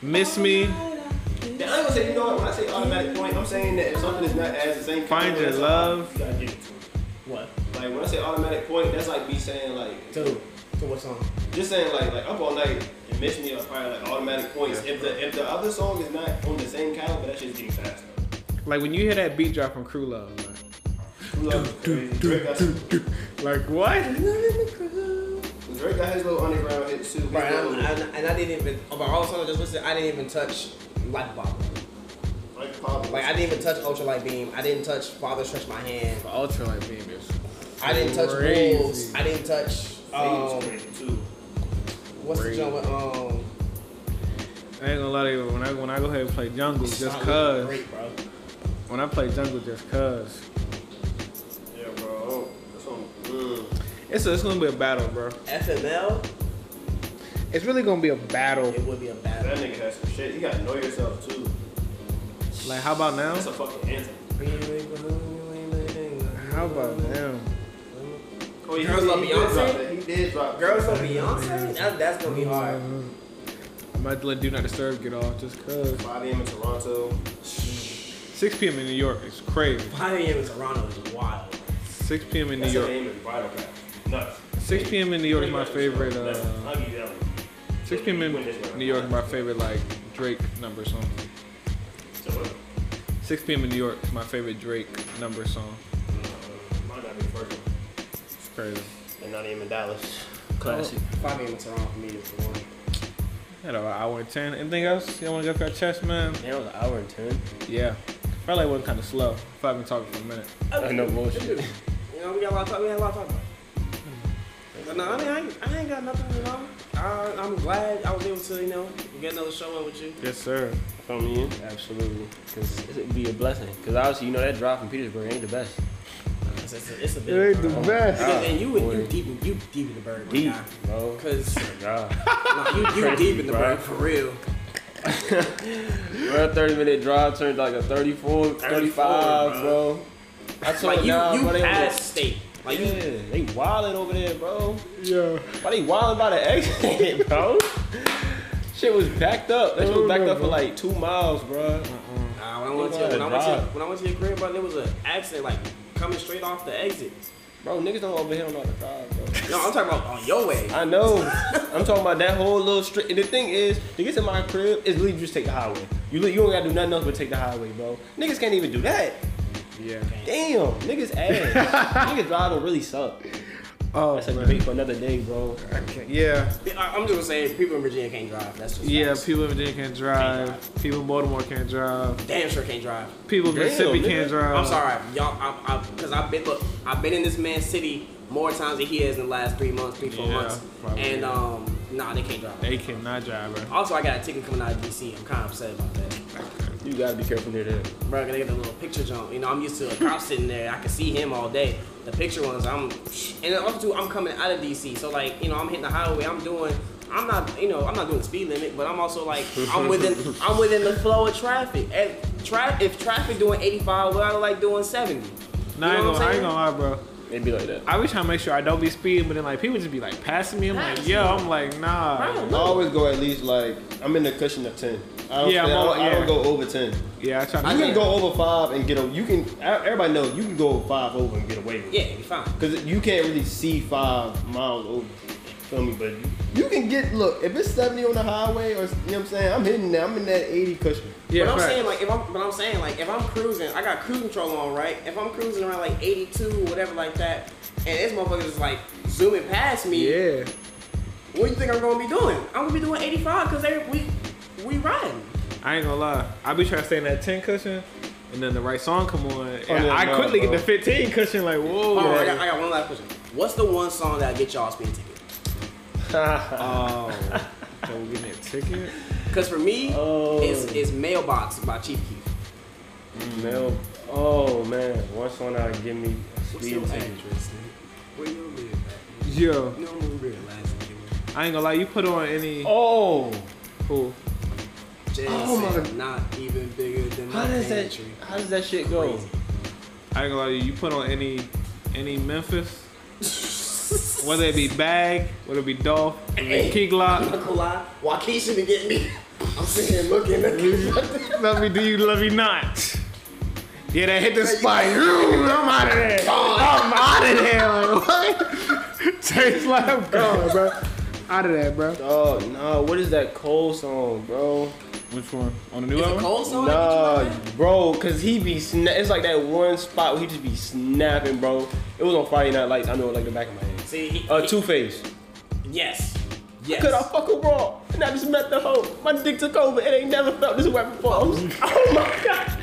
Speaker 2: Miss Me,
Speaker 4: Now, I ain't gonna say, you know what? When I say automatic point, I'm saying that if something is not as the same.
Speaker 2: Find
Speaker 4: caliber,
Speaker 2: Your
Speaker 4: that's
Speaker 2: Love.
Speaker 4: You gotta get it to him.
Speaker 3: What?
Speaker 4: Like when I say automatic point, that's like me saying like.
Speaker 3: To who? To what song?
Speaker 4: Just saying, like, like up all night and miss me are probably like automatic points. If the if the other song is not on the same caliber, that shit's getting faster.
Speaker 2: like when you hear that beat drop from Crew Love, like,
Speaker 4: Who loves crazy? Drake got, Drake
Speaker 2: like what?
Speaker 4: got his little underground hit too. His
Speaker 3: Right,
Speaker 4: little-
Speaker 3: and, I, and I didn't even. But all the songs I just listened, I didn't even touch Life Bomb.
Speaker 4: like, Pablo.
Speaker 3: Like I didn't even touch Ultra Light Beam. I didn't touch Father Stretch My Hand.
Speaker 2: Ultra like being this.
Speaker 3: I I didn't touch
Speaker 2: Crazy.
Speaker 3: Wolves. I didn't touch. Um, what's the joint with um?
Speaker 2: I ain't gonna lie to you. When I when I go ahead and play jungle, just
Speaker 3: Solid
Speaker 2: cause
Speaker 3: Great, bro.
Speaker 2: when I play jungle, just cause
Speaker 4: Yeah, bro. That's on.
Speaker 2: it's a, it's gonna be a battle, bro.
Speaker 3: FML.
Speaker 2: It's really gonna be a battle.
Speaker 3: It would be a battle.
Speaker 4: That nigga has some shit. You gotta know yourself too.
Speaker 2: Like how about now?
Speaker 4: That's a fucking anthem.
Speaker 2: How about now?
Speaker 4: Oh,
Speaker 3: Girls Love
Speaker 4: he
Speaker 3: Beyonce?
Speaker 4: Did drop that. He did drop.
Speaker 3: Girls from Beyonce. That, that's gonna be hard.
Speaker 2: I might let Do Not Disturb get off just cause.
Speaker 4: 5 a.m. in Toronto.
Speaker 2: 6 p.m. in New York is crazy.
Speaker 3: 5 a.m. in Toronto is wild.
Speaker 2: 6 p.m. in New
Speaker 4: That's the
Speaker 2: York.
Speaker 4: name of Bridal Path. Nuts.
Speaker 2: 6 p.m. in New York is my favorite.
Speaker 4: Nuts.
Speaker 2: Uh,
Speaker 4: I'll give you that one.
Speaker 2: 6 p.m. in New York is my favorite like Drake number song.
Speaker 4: So, uh,
Speaker 2: 6 p.m. in New York is my favorite Drake number song.
Speaker 4: might not be the first one.
Speaker 2: It's crazy.
Speaker 4: And not even Dallas.
Speaker 5: Classic.
Speaker 3: 5 a.m. in Toronto for me is the one.
Speaker 2: Had an hour and ten. Anything else you want to go for our chest, man?
Speaker 5: Man, it was an hour and ten.
Speaker 2: Yeah. Probably wasn't kind of slow. If I've been talking for a minute.
Speaker 5: I know bullshit.
Speaker 3: You know, we got a lot of talk. We had a lot to talk about. But no, I mean, I ain't, I ain't got nothing. You know, I, I'm glad I was able to, you know, get another show in with you.
Speaker 2: Yes, sir.
Speaker 5: From you, absolutely. Cause it'd be a blessing. Cause obviously, you know that drive from Petersburg ain't the best.
Speaker 3: It's, it's, a, it's a bit. of a burden.
Speaker 2: best.
Speaker 3: Because- and you, you
Speaker 5: boy.
Speaker 3: deep, in- you deep in the bird,
Speaker 5: Deep,
Speaker 3: my
Speaker 5: bro.
Speaker 3: Because
Speaker 5: God.
Speaker 3: you, you deep in the
Speaker 5: bro.
Speaker 3: bird for real.
Speaker 5: Bro, 30 minute drive turned like a 34, 35, bro. I told
Speaker 3: Like you,
Speaker 5: y'all,
Speaker 3: you
Speaker 5: bro, they
Speaker 3: past
Speaker 5: was-
Speaker 3: state. Like
Speaker 5: yeah,
Speaker 3: you,
Speaker 5: they wildin' over there, bro. Yeah. Why they wildin' by the exit, bro? Shit was backed up. That shit was backed up for like two miles, bro.
Speaker 3: Nah, uh, when I went to
Speaker 5: Yeah,
Speaker 3: when I went to
Speaker 5: right.
Speaker 3: when I went to your crib, bro, there was an accident like coming straight off the exit.
Speaker 5: Bro, niggas don't over here on the drive, bro.
Speaker 3: No, I'm talking about on your way.
Speaker 5: I know. I'm talking about that whole little street. And the thing is, to get to my crib, it's literally just take the highway. You li- you don't gotta do nothing else but take the highway, bro. Niggas can't even do that.
Speaker 2: Yeah.
Speaker 5: Damn, niggas ass. niggas driving really suck.
Speaker 2: Oh,
Speaker 5: That's a
Speaker 2: man.
Speaker 5: debate for another day, bro.
Speaker 2: Yeah.
Speaker 3: I- I'm just saying, people in Virginia can't drive. That's just
Speaker 2: Yeah,
Speaker 3: facts.
Speaker 2: people in Virginia can't drive. People in Baltimore can't drive.
Speaker 3: Damn sure can't drive.
Speaker 2: People in
Speaker 5: Damn,
Speaker 2: Mississippi
Speaker 5: nigga.
Speaker 2: can't drive.
Speaker 3: I'm sorry, y'all. I, I, Cause I've been look, I've been in this man's city more times than he has in the last three months, three four
Speaker 2: Yeah,
Speaker 3: months,
Speaker 2: probably.
Speaker 3: and um, nah, they can't drive.
Speaker 2: They cannot drive, bro.
Speaker 3: Also, I got a ticket coming out of DC. I'm kind of upset about that,
Speaker 5: You gotta be careful near that.
Speaker 3: bro. They got the little picture jump. You know, I'm used to a cop sitting there. I can see him all day. The picture ones, I'm, and then also too, I'm coming out of DC. So like, you know, I'm hitting the highway. I'm doing. I'm not, you know, I'm not doing speed limit, but I'm also like, I'm within, I'm within the flow of traffic. If, tra- if traffic doing 85, what I like doing
Speaker 2: Nah, I
Speaker 3: 70. You
Speaker 2: ain't
Speaker 3: know
Speaker 2: gonna,
Speaker 3: what I'm
Speaker 2: I ain't
Speaker 3: saying?
Speaker 2: gonna lie, bro.
Speaker 5: It'd be like that.
Speaker 2: I be trying to make sure I don't be speeding, but then like people just be like passing me. I'm like,
Speaker 3: Passing.
Speaker 2: yo, I'm like, nah.
Speaker 3: I don't
Speaker 4: I
Speaker 3: know.
Speaker 4: always go at least like I'm in the cushion of ten. I don't,
Speaker 2: Yeah,
Speaker 4: I
Speaker 2: I'm
Speaker 4: don't,
Speaker 2: all-
Speaker 4: I
Speaker 2: yeah.
Speaker 4: don't go over ten. You
Speaker 2: Yeah, I try to.
Speaker 3: I
Speaker 4: can
Speaker 3: yeah.
Speaker 4: go over five and get a. You can. e-, Everybody knows you can go five over and get away with it.
Speaker 3: Yeah, it'd be fine.
Speaker 4: Cause you can't really see five miles over. Feel me? But you, you can get look if it's seventy on the highway or you know what I'm saying. I'm hitting that. I'm in that eighty cushion.
Speaker 2: yeah,
Speaker 3: but I'm
Speaker 2: facts.
Speaker 3: saying like if I'm but I'm saying like if I'm cruising, I got cruise control on, right? If I'm cruising around like 82 or whatever like that, and this motherfucker is like zooming past me,
Speaker 2: yeah.
Speaker 3: what do you think I'm gonna be doing? I'm gonna be doing 85 because they we we riding.
Speaker 2: I ain't gonna lie. I be trying to stay in that 10 cushion, and then the right song come on, and
Speaker 4: yeah,
Speaker 2: I
Speaker 4: nah,
Speaker 2: quickly
Speaker 4: bro.
Speaker 2: get the 15 cushion. Like,
Speaker 5: Oh,
Speaker 2: whoa.
Speaker 3: All right, Oh, I got, I got one last question. What's the one song that get y'all speed ticket?
Speaker 2: Oh, so we getting a ticket?
Speaker 3: Because for me,
Speaker 5: Oh.
Speaker 3: it's it's Mailbox by Chief Keef.
Speaker 5: Mel, oh man, one song that would give me a
Speaker 3: What's
Speaker 5: speed
Speaker 3: your
Speaker 5: ticket.
Speaker 3: address? nigga? Where you live? at?
Speaker 2: Yo,
Speaker 3: You don't even realize it. nigga.
Speaker 2: I ain't gonna lie. You put on any
Speaker 5: Oh,
Speaker 2: who?
Speaker 3: Jazz
Speaker 5: Oh my-
Speaker 3: is not even bigger than
Speaker 5: how
Speaker 3: my
Speaker 5: does that?
Speaker 3: pantry.
Speaker 5: How does that shit go?
Speaker 2: I ain't gonna lie. to you, You put on any any Memphis. Whether it be Bag, whether it be Dolph, whether it be Key Glock,
Speaker 3: Uncle lie, Waukesha to get me. I'm sitting here looking at
Speaker 2: love me, do you love me not? Yeah, that hit the spot. Ooh, I'm out of there. I'm out of there. Like, what? Chase like I'm gone, bro. Out of there, bro.
Speaker 5: Oh no, what is that Cole song, bro?
Speaker 2: Which one? On the new
Speaker 3: Is it cold song?
Speaker 5: Nah, bro, cause he be sna- it's like that one spot where he just be snapping, bro. It was on Friday Night Lights. I know it like the back of my head.
Speaker 3: See, he,
Speaker 5: Uh, Two Face.
Speaker 3: Yes. Yes.
Speaker 5: Could I fuck a raw? And I just met the hoe. My dick took over. It ain't never felt this wet before. I'm just- oh my god.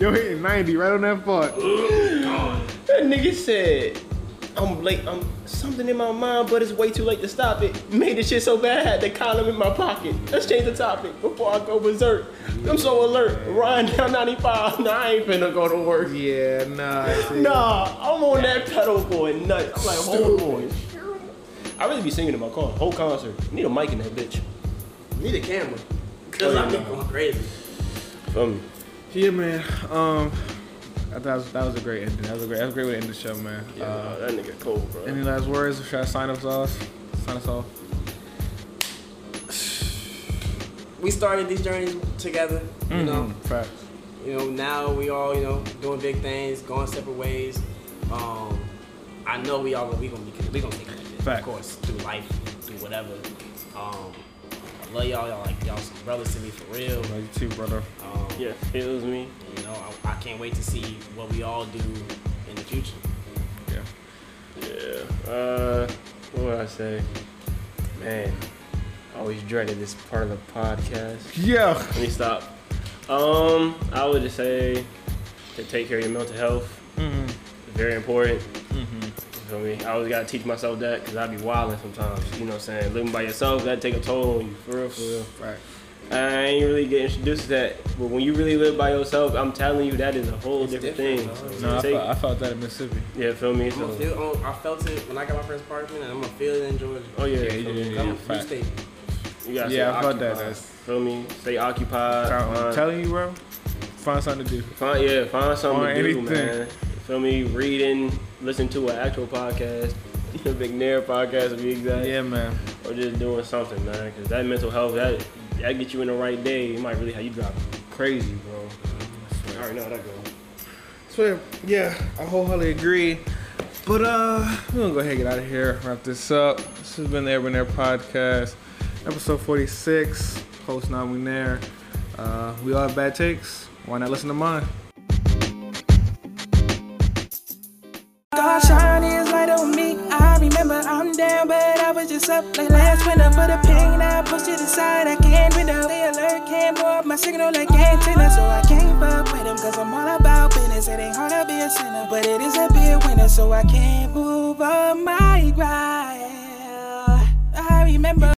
Speaker 2: Yo, hitting 90 right on that part.
Speaker 4: That nigga said, I'm late, I'm something in my mind, but it's way too late to stop it. Made this shit so bad, I had the column in my pocket. Let's change the topic before I go berserk. I'm so alert. Ryan down 95. Nah, I ain't finna go to work.
Speaker 2: Yeah, nah. I see.
Speaker 4: Nah, I'm on that pedal for a nut. I'm like, hold on. I really be singing in my car, whole concert. Need a mic in that bitch.
Speaker 3: Need a camera. Cause I'm going crazy.
Speaker 4: Feel me?
Speaker 2: Yeah, man. Um, I thought that was, that was a great ending. That was a great. That was a great way to end the show, man. Uh,
Speaker 4: Uh, that nigga cold, bro.
Speaker 2: any last words? Should I sign us off? Sign us off.
Speaker 3: We started these journeys together,
Speaker 2: Mm.
Speaker 3: you know.
Speaker 2: Mm-hmm. Facts.
Speaker 3: You know, now we all, you know, doing big things, going separate ways. Um, I know we all we gonna be we gonna be connected,
Speaker 2: Fact.
Speaker 3: of course, through life, through whatever. Um, I love y'all, y'all like y'all some brothers to me for real.
Speaker 2: Love you too, brother.
Speaker 3: Um,
Speaker 5: Yeah, feels me.
Speaker 3: You know, I, I can't wait to see what we all do in the future.
Speaker 5: Yeah. Uh, what would I say? Man, I always dreaded this part of the podcast.
Speaker 2: Yeah.
Speaker 5: Let me stop. Um, I would just say to take care of your mental health.
Speaker 2: Mm-hmm.
Speaker 5: Very important. You feel me? I always gotta teach myself that because I be wilding sometimes. You know what I'm saying? Living by yourself, that take a toll on you. For real, for real.
Speaker 2: Right.
Speaker 5: I ain't really get introduced to that. But when you really live by yourself, I'm telling you, that is a whole different,
Speaker 3: different,
Speaker 5: thing.
Speaker 3: dog.
Speaker 5: So
Speaker 2: No, I
Speaker 5: take-
Speaker 2: felt, I felt that in Mississippi.
Speaker 5: yeah, feel me?
Speaker 3: I'm gonna
Speaker 5: So,
Speaker 3: feel, oh, I felt it when I got my first apartment, and I'm gonna feel it in Georgia.
Speaker 5: oh, yeah.
Speaker 2: Yeah,
Speaker 5: feel
Speaker 2: yeah,
Speaker 5: me?
Speaker 2: yeah.
Speaker 3: I'm a free
Speaker 2: fact.
Speaker 3: state.
Speaker 5: You gotta
Speaker 2: Yeah,
Speaker 5: stay
Speaker 2: I felt that.
Speaker 5: occupied.
Speaker 2: That's-
Speaker 5: Feel me? Stay occupied.
Speaker 2: I'm
Speaker 5: Find,
Speaker 2: telling you, bro. Find something to do.
Speaker 5: find- yeah, find something
Speaker 2: Find
Speaker 5: to do,
Speaker 2: anything.
Speaker 5: man. Feel me? Reading, listen to an actual podcast, the Big Nair podcast to be exact,
Speaker 2: Yeah, man.
Speaker 5: or just doing something, man. Because that mental health, that that get you in the right day, it might really have you drop crazy, bro. I already know how that goes.
Speaker 2: Swear, yeah, I wholeheartedly agree. But uh, we're gonna go ahead and get out of here, wrap this up. This has been the Urban Air Podcast, episode 46, host Now We Nair. Uh, we all have bad takes. Why not listen to mine?
Speaker 9: God shine his light on me. I remember I'm down, but I was just up like last winter. For the pain, I pushed it aside. I can't window. They alert, can't blow up my signal like antenna. So I can't fuck with them, cause I'm all about business. It ain't hard to be a sinner, but it is a big winner. So I can't move on my grind. I remember.